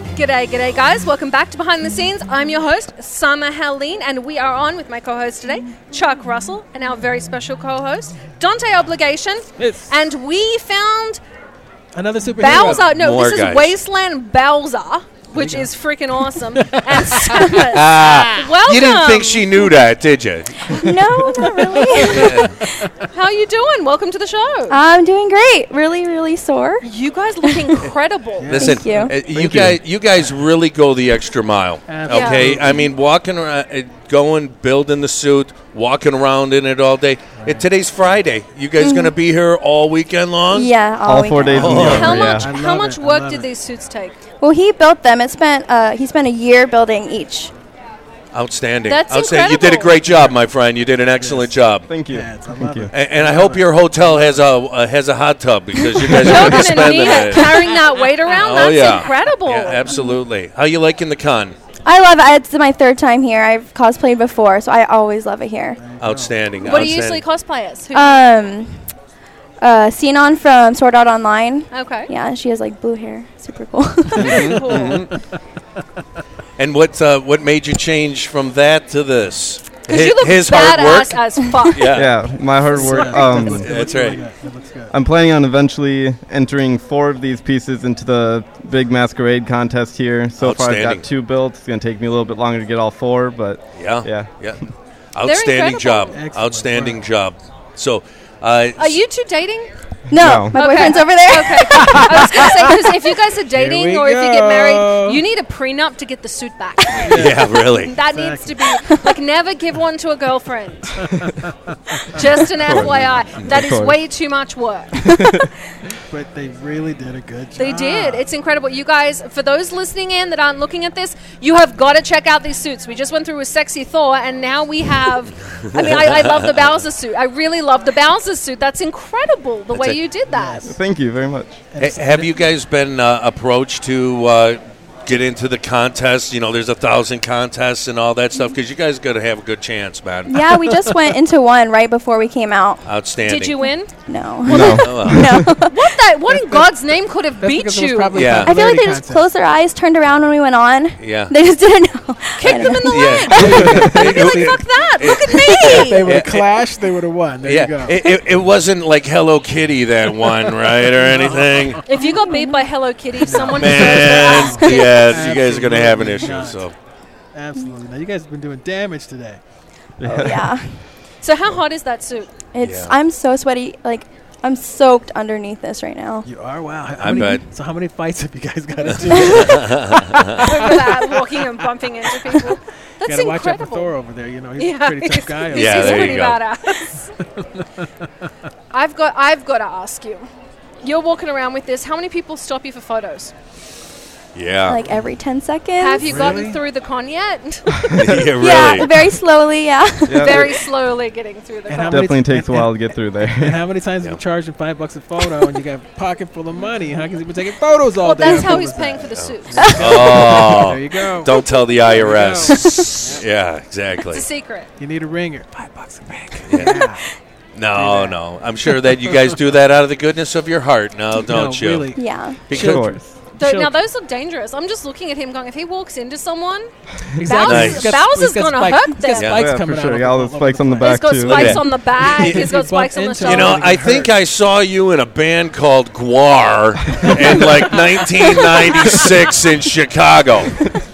Speaker 2: G'day, g'day, guys. Welcome back to Behind the Scenes. I'm your host, Summer Helene, and we are on with my co host today, Chuck Russell, and our very special co host, Dante Obligation.
Speaker 9: Yes.
Speaker 2: And we found
Speaker 9: Another superhero.
Speaker 2: Bowser. No,
Speaker 3: More
Speaker 2: this
Speaker 3: guys.
Speaker 2: is Wasteland Bowser, which is freaking awesome. and Samus. Welcome.
Speaker 3: Ah, You didn't think she knew that, did you?
Speaker 10: No, not really.
Speaker 2: How you doing? Welcome to the show.
Speaker 10: I'm doing great. Really, really sore.
Speaker 2: you guys look incredible.
Speaker 3: Listen,
Speaker 10: you.
Speaker 3: uh, you guys, you guys really go the extra mile. Okay, I mean, walking around, uh, going, building the suit, walking around in it all day. And today's Friday. You guys gonna
Speaker 2: Mm-hmm.
Speaker 3: be here all weekend long?
Speaker 10: Yeah, all,
Speaker 9: All four days
Speaker 3: Oh,
Speaker 9: in
Speaker 10: weekend.
Speaker 9: the
Speaker 2: Oh, How
Speaker 9: armor, yeah.
Speaker 2: much?
Speaker 4: I
Speaker 2: How
Speaker 4: love
Speaker 2: much
Speaker 4: it, I
Speaker 2: work
Speaker 4: love
Speaker 2: did
Speaker 4: it.
Speaker 2: these suits take?
Speaker 10: Well, he built them. It spent uh, he spent a year building each.
Speaker 3: Outstanding.
Speaker 2: That's
Speaker 3: Outstanding. You did a
Speaker 2: incredible.
Speaker 3: great job, my friend. You did an excellent job.
Speaker 9: Thank you.
Speaker 4: Yeah, it's- I love
Speaker 9: Thank you.
Speaker 4: it.
Speaker 3: And, and I hope your hotel has a uh, has a hot tub because you guys
Speaker 2: You're
Speaker 3: are going
Speaker 2: going
Speaker 3: to
Speaker 2: to
Speaker 3: spend the
Speaker 2: need it
Speaker 3: night.
Speaker 2: carrying that weight around.
Speaker 3: Oh,
Speaker 2: That's
Speaker 3: yeah.
Speaker 2: incredible.
Speaker 3: Yeah, absolutely. How you liking the con?
Speaker 10: I love it. It's my third time here. I've cosplayed before, so I always love it here.
Speaker 3: Outstanding.
Speaker 2: what do you usually
Speaker 3: outstanding.
Speaker 2: cosplay as? Who-
Speaker 10: Um, uh, Xenon from Sword Art Online.
Speaker 2: okay.
Speaker 10: Yeah, she has like blue hair. Super cool.
Speaker 3: Mhm,
Speaker 2: Cool.
Speaker 3: Mm-hmm. And what uh, what made you change from that to this?
Speaker 2: 'Cause
Speaker 3: Hi-
Speaker 2: you look
Speaker 3: his hard
Speaker 2: badass
Speaker 3: work.
Speaker 2: as fuck.
Speaker 3: yeah.
Speaker 9: Yeah, my hard work. Um,
Speaker 3: That's
Speaker 4: really
Speaker 3: right.
Speaker 4: good. It looks good.
Speaker 9: I'm planning on eventually entering four of these pieces into the big masquerade contest here. So far, I've
Speaker 3: Outstanding.
Speaker 9: got two built. It's going to take me a little bit longer to get all four, but
Speaker 3: Yeah.
Speaker 9: yeah.
Speaker 3: Yeah. Outstanding
Speaker 2: incredible.
Speaker 3: job.
Speaker 4: Excellent
Speaker 3: Outstanding
Speaker 4: work.
Speaker 3: job. So, uh,
Speaker 2: Are you two dating?
Speaker 10: no,
Speaker 9: No.
Speaker 10: my
Speaker 2: Okay.
Speaker 10: boyfriend's over there.
Speaker 2: Okay. I was going to say, because if you guys are dating
Speaker 9: we
Speaker 2: or if you get
Speaker 9: go.
Speaker 2: married, you need a prenup to get the suit back. that
Speaker 3: yeah, really.
Speaker 2: needs to be, like, never give one to a girlfriend. Just an FYI. That is
Speaker 9: course.
Speaker 2: way too much work.
Speaker 4: But they really did a good job.
Speaker 2: They did. It's incredible. You guys, for those listening in that aren't looking at this, you have got to check out these suits. We just went through a sexy Thor, and now we have. I mean, I, I love the Bowser suit. I really love the Bowser suit. That's incredible the way
Speaker 3: it.
Speaker 2: you did that.
Speaker 9: Thank you very much.
Speaker 3: Ha- have you guys been uh, approached to uh, get into the contest? You know, there's a thousand contests and all that stuff because you guys got to have a good chance, man.
Speaker 10: yeah, we just went into one right before we came out.
Speaker 3: Outstanding.
Speaker 2: Did you win?
Speaker 10: No.
Speaker 9: No.
Speaker 3: Oh, well.
Speaker 2: What that? What in God's name could have
Speaker 4: That's
Speaker 2: beat
Speaker 4: because it was
Speaker 2: you?
Speaker 4: probably
Speaker 3: Yeah.
Speaker 10: I feel like
Speaker 4: popularity
Speaker 10: they just
Speaker 4: contest.
Speaker 10: closed their eyes, turned around when we went on.
Speaker 3: Yeah.
Speaker 10: They just didn't know. I
Speaker 2: Kick
Speaker 10: don't
Speaker 2: them in
Speaker 10: know.
Speaker 2: the leg. Fuck that! Look at
Speaker 4: They
Speaker 2: me.
Speaker 4: would have clashed. They would have won. There you
Speaker 3: Yeah,
Speaker 4: go.
Speaker 3: it, it, it wasn't like Hello Kitty that one, right, or anything.
Speaker 2: If you got beat by Hello Kitty, someone deserves
Speaker 3: Man,
Speaker 2: that.
Speaker 3: yes, you guys are gonna
Speaker 4: Absolutely
Speaker 3: have an issue.
Speaker 4: not.
Speaker 3: So
Speaker 4: Absolutely. Now you guys have been doing damage today.
Speaker 10: yeah.
Speaker 2: So how hot is that suit?
Speaker 10: It's.
Speaker 3: Yeah.
Speaker 10: I'm so sweaty. Like I'm soaked underneath this right now.
Speaker 4: You are wow. How
Speaker 3: I
Speaker 4: many-
Speaker 3: bet.
Speaker 4: So how many fights have you guys got to do?
Speaker 2: Over that, walking and bumping into people. That's
Speaker 4: gotta watch out for
Speaker 2: incredible.
Speaker 4: Thor over there. You know he's
Speaker 2: Yeah,
Speaker 4: a pretty tough guy. over
Speaker 3: Yeah,
Speaker 2: he's
Speaker 3: there
Speaker 4: there.
Speaker 3: you
Speaker 2: pretty
Speaker 3: go.
Speaker 2: badass. I've got I've got to ask you. You're walking around with this. How many people stop you for photos?
Speaker 3: yeah,
Speaker 10: Like every 10 seconds.
Speaker 2: Have you gotten
Speaker 4: Really?
Speaker 2: through the con yet?
Speaker 3: yeah, really.
Speaker 10: Yeah, very slowly. Yeah.
Speaker 9: Yeah,
Speaker 2: Very slowly getting through the
Speaker 4: And how
Speaker 2: con.
Speaker 4: many
Speaker 9: definitely
Speaker 4: t-
Speaker 9: takes a
Speaker 4: and-
Speaker 9: while to get through
Speaker 4: And
Speaker 9: there.
Speaker 4: how many times have
Speaker 3: Yeah.
Speaker 4: you charging five bucks a photo and you got a pocket full of money? How can you be taking photos all
Speaker 2: Well,
Speaker 4: day?
Speaker 2: that's how he's paying for the suit.
Speaker 4: There
Speaker 3: Oh,
Speaker 4: you go.
Speaker 3: don't tell the IRS. yeah, exactly.
Speaker 2: It's a secret.
Speaker 4: You need a ringer. Five bucks a pack.
Speaker 3: Yeah. No, no. I'm sure that you guys do that out of the goodness of your heart. No, don't you?
Speaker 4: Really.
Speaker 10: yeah.
Speaker 9: Of
Speaker 3: Because,
Speaker 9: course.
Speaker 2: Though,
Speaker 4: Sure.
Speaker 2: now those look dangerous. I'm just looking at him going, if he walks into someone,
Speaker 4: Exactly.
Speaker 3: Nice.
Speaker 4: He's got-
Speaker 2: Bowser's
Speaker 4: he's got
Speaker 2: gonna
Speaker 4: spikes-
Speaker 2: hurt
Speaker 4: he's got
Speaker 2: them.
Speaker 4: spikes
Speaker 9: Yeah,
Speaker 4: coming
Speaker 9: for
Speaker 4: out
Speaker 9: sure.
Speaker 4: of
Speaker 9: Yeah, all
Speaker 4: the-
Speaker 9: the spikes on the
Speaker 2: he's
Speaker 9: back
Speaker 2: got
Speaker 9: too.
Speaker 2: spikes
Speaker 3: Yeah.
Speaker 2: on the back, he's
Speaker 4: If
Speaker 2: got
Speaker 4: you
Speaker 2: spikes on
Speaker 4: bump
Speaker 2: the shoulder.
Speaker 4: into
Speaker 3: you know,
Speaker 4: Already
Speaker 3: I
Speaker 4: hurt.
Speaker 3: think I saw you in a band called Guar in like 1996 in Chicago.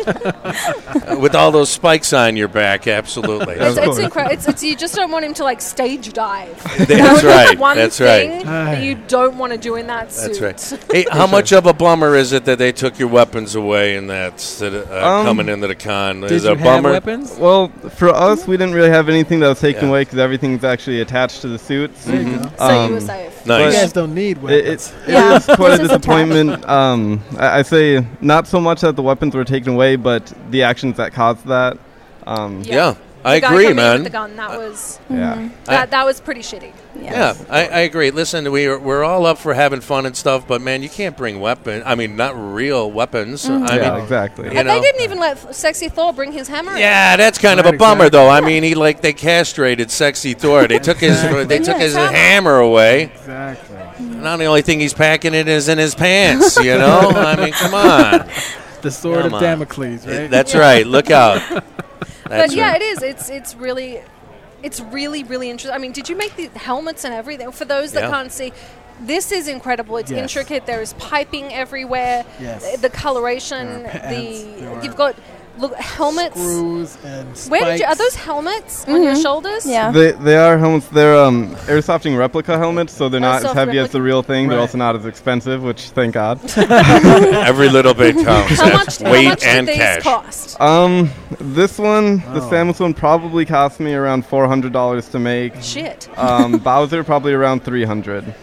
Speaker 3: Uh, With all those spikes on your back, absolutely.
Speaker 2: It's,
Speaker 9: Of
Speaker 2: it's
Speaker 9: course.
Speaker 2: incredible. It's, it's, you just don't want him to like stage dive.
Speaker 3: That's right.
Speaker 2: One
Speaker 3: That's
Speaker 2: thing
Speaker 3: right.
Speaker 2: that you don't want to do in that suit.
Speaker 3: That's right. Hey, how much of a bummer is it that they took your weapons away and that's uh,
Speaker 9: Um,
Speaker 3: coming into the con?
Speaker 4: Did
Speaker 3: Is
Speaker 4: you
Speaker 3: it a bummer?
Speaker 4: have weapons?
Speaker 9: Well, for us, we didn't really have anything that was taken
Speaker 3: Yeah.
Speaker 9: away because everything's actually attached to the suits.
Speaker 4: There you go.
Speaker 2: So you were
Speaker 9: Um,
Speaker 2: safe.
Speaker 4: You
Speaker 3: Nice.
Speaker 4: guys don't need weapons.
Speaker 9: It, it's it
Speaker 10: Yeah.
Speaker 9: is quite a
Speaker 10: This is a tap.
Speaker 9: disappointment. um, I, I say not so much that the weapons were taken away, but the actions that caused that. Um,
Speaker 2: Yeah.
Speaker 3: Yeah, I
Speaker 2: The guy
Speaker 3: agree,
Speaker 2: coming in
Speaker 3: man. Uh,
Speaker 2: With the gun, that was
Speaker 9: yeah.
Speaker 2: that, that was pretty shitty.
Speaker 3: Yeah, I, I agree. Listen, we are, we're all up for having fun and stuff, but man, you can't bring weapon. I mean, not real weapons. I
Speaker 9: Yeah,
Speaker 3: mean,
Speaker 9: exactly.
Speaker 3: You
Speaker 2: But they
Speaker 3: know.
Speaker 2: didn't even let Sexy Thor bring his hammer. in.
Speaker 3: yeah, that's kind of
Speaker 4: Right,
Speaker 3: a bummer,
Speaker 4: exactly.
Speaker 3: though. I mean, he like they castrated sexy Thor. They took his they took his hammer away.
Speaker 4: exactly.
Speaker 3: Now the only thing he's packing it is in his pants. You know, I mean, come on.
Speaker 4: The sword
Speaker 3: Come
Speaker 4: of
Speaker 3: on.
Speaker 4: Damocles, right?
Speaker 3: That's right. Look out.
Speaker 2: But
Speaker 3: That's
Speaker 2: yeah,
Speaker 3: right.
Speaker 2: it is. It's it's really, it's really really interesting. I mean, did you make the helmets and everything for those that
Speaker 3: Yeah.
Speaker 2: can't see? This is incredible. It's
Speaker 4: Yes.
Speaker 2: intricate. There is piping everywhere.
Speaker 4: Yes.
Speaker 2: The, the coloration.
Speaker 4: There are pants, there
Speaker 2: The
Speaker 4: are
Speaker 2: you've got look helmets.
Speaker 4: Screws and spikes. Mm-hmm.
Speaker 2: Where did you, are those helmets on your shoulders?
Speaker 10: Yeah.
Speaker 9: They, they are helmets. They're um, airsofting replica helmets, so they're
Speaker 2: Oh,
Speaker 9: not as heavy as
Speaker 2: self-replica-
Speaker 9: the real thing.
Speaker 4: Right.
Speaker 9: They're also not as expensive, which thank God.
Speaker 3: Every little bit counts.
Speaker 2: How
Speaker 3: That's
Speaker 2: much?
Speaker 3: weight
Speaker 2: how much
Speaker 3: and
Speaker 2: did these
Speaker 3: cash.
Speaker 2: cost?
Speaker 9: um, this one, the
Speaker 4: Oh.
Speaker 9: Samus one, probably cost me around four hundred dollars to make.
Speaker 2: Shit.
Speaker 9: Um, Bowser probably around three hundred.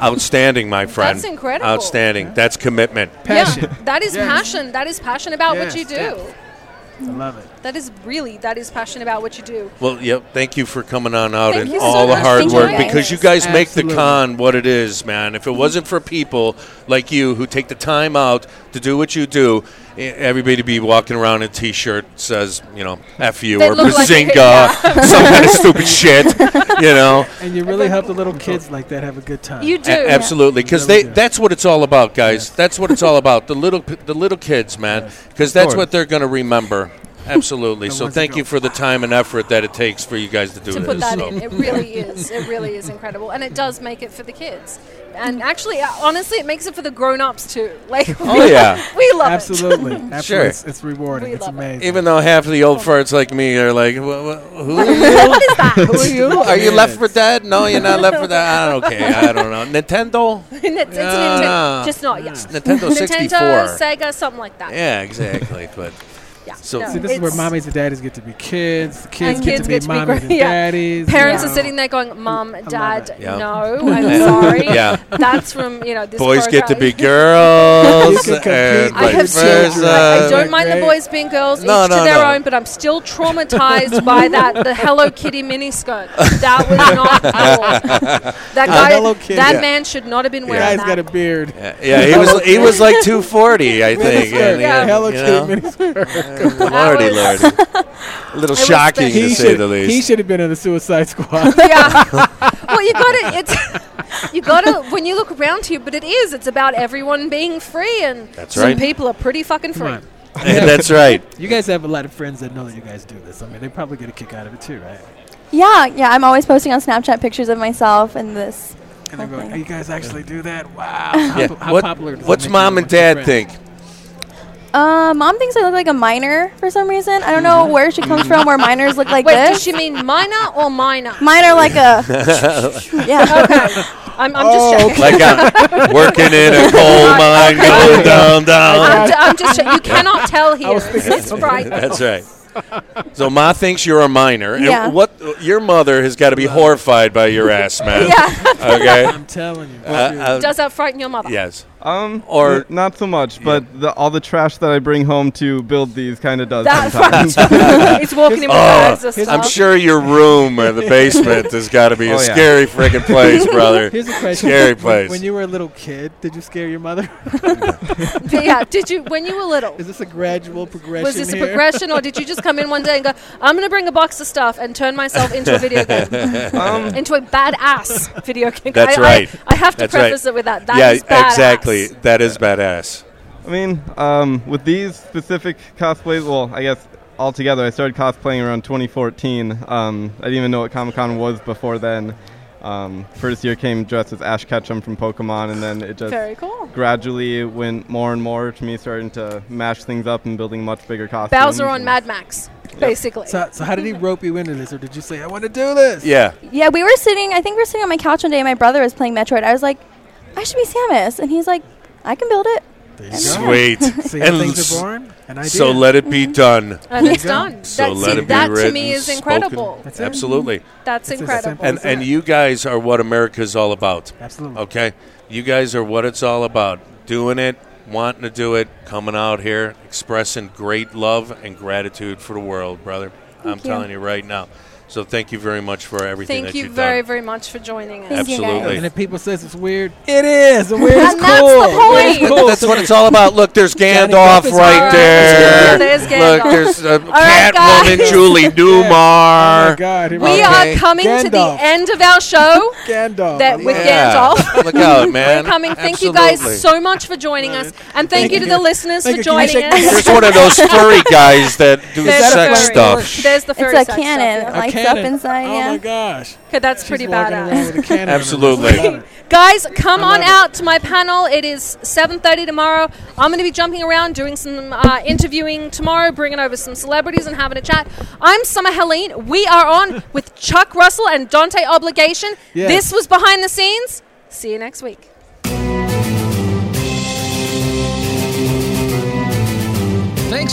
Speaker 3: Outstanding, my friend.
Speaker 2: incredible.
Speaker 3: Outstanding. That's commitment.
Speaker 4: Passion.
Speaker 2: Yeah, that is
Speaker 4: Yes.
Speaker 2: passion. That is passion about what
Speaker 4: Yes,
Speaker 2: you do.
Speaker 4: yes. I love it.
Speaker 2: That is really that is passionate about what you do.
Speaker 3: Well, yep. Thank you for coming on out
Speaker 2: Thank
Speaker 3: and
Speaker 2: you so
Speaker 3: all the
Speaker 2: much.
Speaker 3: hard
Speaker 2: Thank you
Speaker 3: work
Speaker 2: guys.
Speaker 3: because you guys make the
Speaker 4: Absolutely.
Speaker 3: con what it is, man.
Speaker 2: Mm-hmm.
Speaker 3: If it wasn't for people like you who take the time out to do what you do, e- everybody be walking around in t-shirt says, you know, "F you"
Speaker 2: That
Speaker 3: or
Speaker 2: look like-
Speaker 3: "Bazinga,"
Speaker 2: yeah.
Speaker 3: some kind of stupid shit, you know.
Speaker 4: And you really help the little kids like that have a good time.
Speaker 2: You do.
Speaker 3: A- absolutely, because
Speaker 4: Really
Speaker 3: they
Speaker 4: do.
Speaker 3: that's what it's all about, guys. That's what it's all about. The little p- the little kids, man, because that's what they're going to remember. Absolutely.
Speaker 4: The
Speaker 3: so
Speaker 4: ones that
Speaker 3: thank
Speaker 4: go,
Speaker 3: you for the time and effort that it takes for you guys to do
Speaker 2: to
Speaker 3: this.
Speaker 2: put that
Speaker 3: so.
Speaker 2: in. It really is. It really is incredible, and it does make it for the kids. And actually, uh, honestly, it makes it for the grown-ups too. Like,
Speaker 3: Oh, yeah.
Speaker 2: we love it.
Speaker 4: Absolutely. Absolutely.
Speaker 3: Sure.
Speaker 4: It's, it's rewarding.
Speaker 2: We
Speaker 4: It's
Speaker 2: love it.
Speaker 4: amazing.
Speaker 3: Even though half of the old farts like me are like, "Wha- wha- who are you? what is that? Who are you? Are you left for dead? No, you're not left for dead. I don't okay, I don't know. Nintendo?
Speaker 2: And it's, it's an
Speaker 3: Yeah.
Speaker 2: Nintendo, just not yes.
Speaker 3: Nintendo 64.
Speaker 2: Nintendo, Sega, something like that.
Speaker 3: Yeah, exactly. But
Speaker 2: Yeah.
Speaker 3: So-
Speaker 2: No,
Speaker 4: See, this is where
Speaker 2: it's-
Speaker 4: mommies and daddies get to be kids. The kids,
Speaker 2: And
Speaker 4: get,
Speaker 2: kids
Speaker 4: to be
Speaker 2: get to be
Speaker 4: mommies
Speaker 2: great-
Speaker 4: and
Speaker 2: yeah.
Speaker 4: daddies.
Speaker 2: Parents
Speaker 4: you
Speaker 2: are
Speaker 4: know.
Speaker 2: sitting there going, "Mom, Dad,
Speaker 4: it.
Speaker 3: Yeah.
Speaker 2: no, I'm sorry."
Speaker 3: Yeah.
Speaker 2: That's from you know this.
Speaker 3: boys get to
Speaker 2: program.
Speaker 3: be girls.
Speaker 4: You can compete
Speaker 3: and
Speaker 4: with
Speaker 2: I
Speaker 3: vice
Speaker 2: have
Speaker 4: Like,
Speaker 2: still,
Speaker 3: versa.
Speaker 2: I, I
Speaker 4: uh,
Speaker 2: don't mind the
Speaker 4: Great.
Speaker 2: boys being girls,
Speaker 3: No,
Speaker 2: each
Speaker 3: no,
Speaker 2: to their
Speaker 3: no.
Speaker 2: own, but I'm still traumatized by that the Hello Kitty miniskirt. That was not cool. That guy,
Speaker 4: Hello Kitty.
Speaker 2: that
Speaker 3: Uh, Yeah.
Speaker 2: man should not have been
Speaker 4: The
Speaker 2: wearing
Speaker 4: guy's got a
Speaker 2: that.
Speaker 4: beard.
Speaker 3: Yeah, yeah, he was he was like 240, I think.
Speaker 4: Miniskirt.
Speaker 3: and,
Speaker 2: Yeah.
Speaker 3: yeah,
Speaker 4: Hello
Speaker 3: you
Speaker 4: Kitty
Speaker 3: know? Lordy,
Speaker 4: miniskirt.
Speaker 2: That
Speaker 3: lordy. A little
Speaker 2: was
Speaker 3: shocking
Speaker 2: special.
Speaker 3: to
Speaker 4: He
Speaker 3: say
Speaker 4: should,
Speaker 3: the least.
Speaker 4: he should have been in the Suicide Squad.
Speaker 2: yeah. Well, you got to It's you got to when you look around here, but it is. It's about everyone being free, and
Speaker 3: That's
Speaker 2: some
Speaker 3: right.
Speaker 2: people are pretty fucking
Speaker 4: Come
Speaker 2: free.
Speaker 4: on.
Speaker 3: That's right.
Speaker 4: You guys have a lot of friends that know that you guys do this. I mean, they probably get a kick out of it too, right?
Speaker 10: Yeah, yeah. I'm always posting on Snapchat pictures of myself and this.
Speaker 4: And they're
Speaker 10: Whole
Speaker 4: going,
Speaker 10: thing.
Speaker 4: "Oh, you guys actually do that? Wow. How,
Speaker 3: Yeah.
Speaker 4: po- how
Speaker 3: What-
Speaker 4: popular does that
Speaker 3: what's
Speaker 4: make you
Speaker 3: mom and
Speaker 4: amongst your
Speaker 3: dad
Speaker 4: friends?
Speaker 3: think?
Speaker 10: Uh, mom thinks I look like a miner for some reason. I don't know
Speaker 3: Mm-hmm.
Speaker 10: where she comes from. Where miners look like
Speaker 2: Wait,
Speaker 10: this.
Speaker 2: does she mean minor or minor?
Speaker 10: Mine are like a yeah.
Speaker 2: I'm, I'm just
Speaker 4: Oh,
Speaker 2: checking.
Speaker 3: Like I'm working in a coal mine, going down, down.
Speaker 2: I'm, ju- I'm just checking. You cannot tell here.
Speaker 4: was
Speaker 2: It's just right.
Speaker 3: That's right. So Ma thinks you're a minor.
Speaker 10: Yeah.
Speaker 3: And what your mother has got to be horrified by your ass, man.
Speaker 2: Yeah.
Speaker 3: Okay.
Speaker 4: I'm telling you.
Speaker 3: Uh, uh,
Speaker 2: Does that frighten your mother?
Speaker 3: yes.
Speaker 9: Um,
Speaker 3: Or-
Speaker 9: or not so much, but the, all the trash that I bring home to build these kind of does
Speaker 2: That
Speaker 9: sometimes.
Speaker 2: it's walking in with bags of stuff.
Speaker 4: here's-
Speaker 3: Oh, I'm sure your room or the basement has got to be a
Speaker 9: Oh, yeah.
Speaker 3: scary freaking place, brother.
Speaker 4: Here's a question.
Speaker 3: Scary
Speaker 4: When-
Speaker 3: place.
Speaker 4: When you were a little kid, did you scare your mother?
Speaker 2: But yeah. Did you when you were little?
Speaker 4: Is this a gradual progression?
Speaker 2: Was this a
Speaker 4: here?
Speaker 2: progression, or did you just come in one day and go, "I'm going to bring a box of stuff and turn myself into a video game, into a badass video game"?
Speaker 3: Um, That's
Speaker 2: I, I-
Speaker 3: right.
Speaker 2: I, have to
Speaker 3: That's right.
Speaker 2: preface it with that. That
Speaker 3: yeah,
Speaker 2: is badass.
Speaker 3: exactly. That is badass.
Speaker 9: I mean, um, with these specific cosplays, well, I guess altogether, I started cosplaying around 2014. Um, I didn't even know what Comic Con was before then. Um, first year came dressed as Ash Ketchum from Pokemon, and then it just
Speaker 2: Very cool.
Speaker 9: gradually went more and more to me starting to mash things up and building much bigger costumes.
Speaker 2: Bowser on
Speaker 9: and-
Speaker 2: Mad Max, basically.
Speaker 4: Uh, So, so how did he rope you into this, or did you say, "I want to do this"?
Speaker 3: Yeah.
Speaker 10: yeah, we were sitting. I think we were sitting on my couch one day. and My brother was playing Metroid. I was like, I should be Samus, and he's like, I can build it.
Speaker 4: There you go.
Speaker 3: Sweet.
Speaker 4: See
Speaker 3: And
Speaker 4: how things
Speaker 3: s-
Speaker 4: are born. An idea. Mm-hmm.
Speaker 3: So let it be done.
Speaker 2: and it's
Speaker 4: you go.
Speaker 2: done.
Speaker 3: So
Speaker 2: that,
Speaker 3: let
Speaker 2: see,
Speaker 3: it be
Speaker 2: that
Speaker 3: written,
Speaker 2: to me is
Speaker 3: spoken.
Speaker 2: incredible.
Speaker 4: That's it.
Speaker 3: Absolutely.
Speaker 2: That's
Speaker 4: It's as
Speaker 2: incredible.
Speaker 4: simple
Speaker 3: And and you guys are what America's all about.
Speaker 4: Absolutely.
Speaker 3: Okay? You guys are what it's all about. Doing it, wanting to do it, coming out here, expressing great love and gratitude for the world, brother. I'm
Speaker 10: you.
Speaker 3: telling you right now. So thank you very much for everything
Speaker 2: Thank
Speaker 3: that
Speaker 2: you
Speaker 3: you've
Speaker 2: very,
Speaker 3: done.
Speaker 2: very much for joining us.
Speaker 10: Thank you, guys.
Speaker 3: Absolutely.
Speaker 4: And if people says it's weird, it is. Oh The weird is
Speaker 2: And
Speaker 4: cool.
Speaker 2: that's the
Speaker 4: Weird is
Speaker 2: point.
Speaker 4: cool.
Speaker 3: That's what it's all about. Look, there's
Speaker 4: Johnny
Speaker 3: Gandalf
Speaker 4: Depp is
Speaker 3: right
Speaker 2: all right.
Speaker 3: there.
Speaker 2: Yeah, there's
Speaker 3: Look,
Speaker 2: Gandalf.
Speaker 3: there's uh,
Speaker 2: right,
Speaker 3: Catwoman
Speaker 2: guys.
Speaker 3: Julie Newmar.
Speaker 4: Oh my God. Here
Speaker 2: We
Speaker 4: go.
Speaker 3: Okay.
Speaker 2: are coming to the
Speaker 4: Gandalf.
Speaker 2: end of our show.
Speaker 4: Gandalf.
Speaker 2: that
Speaker 4: I
Speaker 2: with
Speaker 4: love it.
Speaker 3: Yeah.
Speaker 2: Gandalf.
Speaker 3: Look out, man.
Speaker 2: We're coming. Thank you
Speaker 3: Absolutely.
Speaker 2: guys so much for joining us, and thank,
Speaker 4: Thank
Speaker 2: you to
Speaker 4: you.
Speaker 2: the listeners
Speaker 4: Thank
Speaker 2: for
Speaker 4: you. Can you
Speaker 2: joining
Speaker 4: shake
Speaker 2: us.
Speaker 3: There's one of those furry guys that do
Speaker 2: There's
Speaker 4: that
Speaker 3: sex
Speaker 2: furry.
Speaker 3: stuff.
Speaker 2: There's the furry
Speaker 10: it's a
Speaker 2: sex stuff,
Speaker 10: cannon.
Speaker 2: yeah.
Speaker 10: It lights
Speaker 4: cannon.
Speaker 10: up inside.
Speaker 4: Oh
Speaker 10: yeah.
Speaker 4: my gosh.
Speaker 2: Okay, that's
Speaker 4: She's
Speaker 2: pretty
Speaker 4: walking around
Speaker 2: badass.
Speaker 4: with a cannon.
Speaker 3: Absolutely.
Speaker 4: I love it.
Speaker 2: Guys, come
Speaker 4: I love
Speaker 2: on
Speaker 4: it.
Speaker 2: out to my panel. It is 7:30 tomorrow. I'm going to be jumping around doing some uh, interviewing tomorrow, bringing over some celebrities and having a chat. I'm Summer Helene. We are on with Chuck Russell and Dante Obligation.
Speaker 4: Yes.
Speaker 2: This was behind the scenes. See you next week.
Speaker 1: Thanks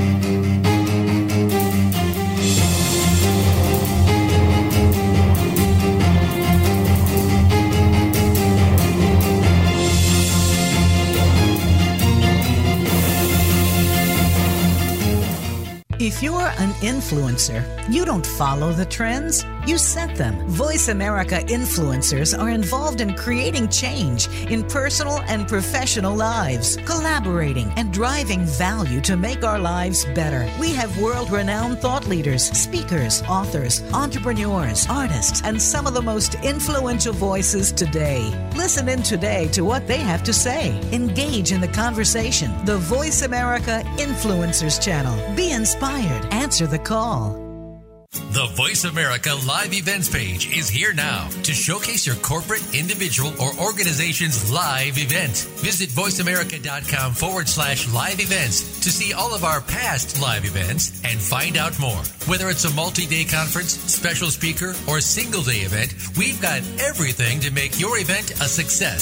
Speaker 11: If you're an influencer, you don't follow the trends, you set them. Voice America influencers are involved in creating change in personal and professional lives, collaborating and driving value to make our lives better. We have world renowned thought leaders, speakers, authors, entrepreneurs, artists, and some of the most influential voices today. Listen in today to what they have to say. Engage in the conversation. The Voice America Influencers Channel. Be inspired. Answer the call.
Speaker 1: The Voice America Live Events page is here now to showcase your corporate, individual, or organization's live event. Visit voiceamerica.com forward slash live events to see all of our past live events and find out more. Whether it's a multi day conference, special speaker, or single day event, we've got everything to make your event a success.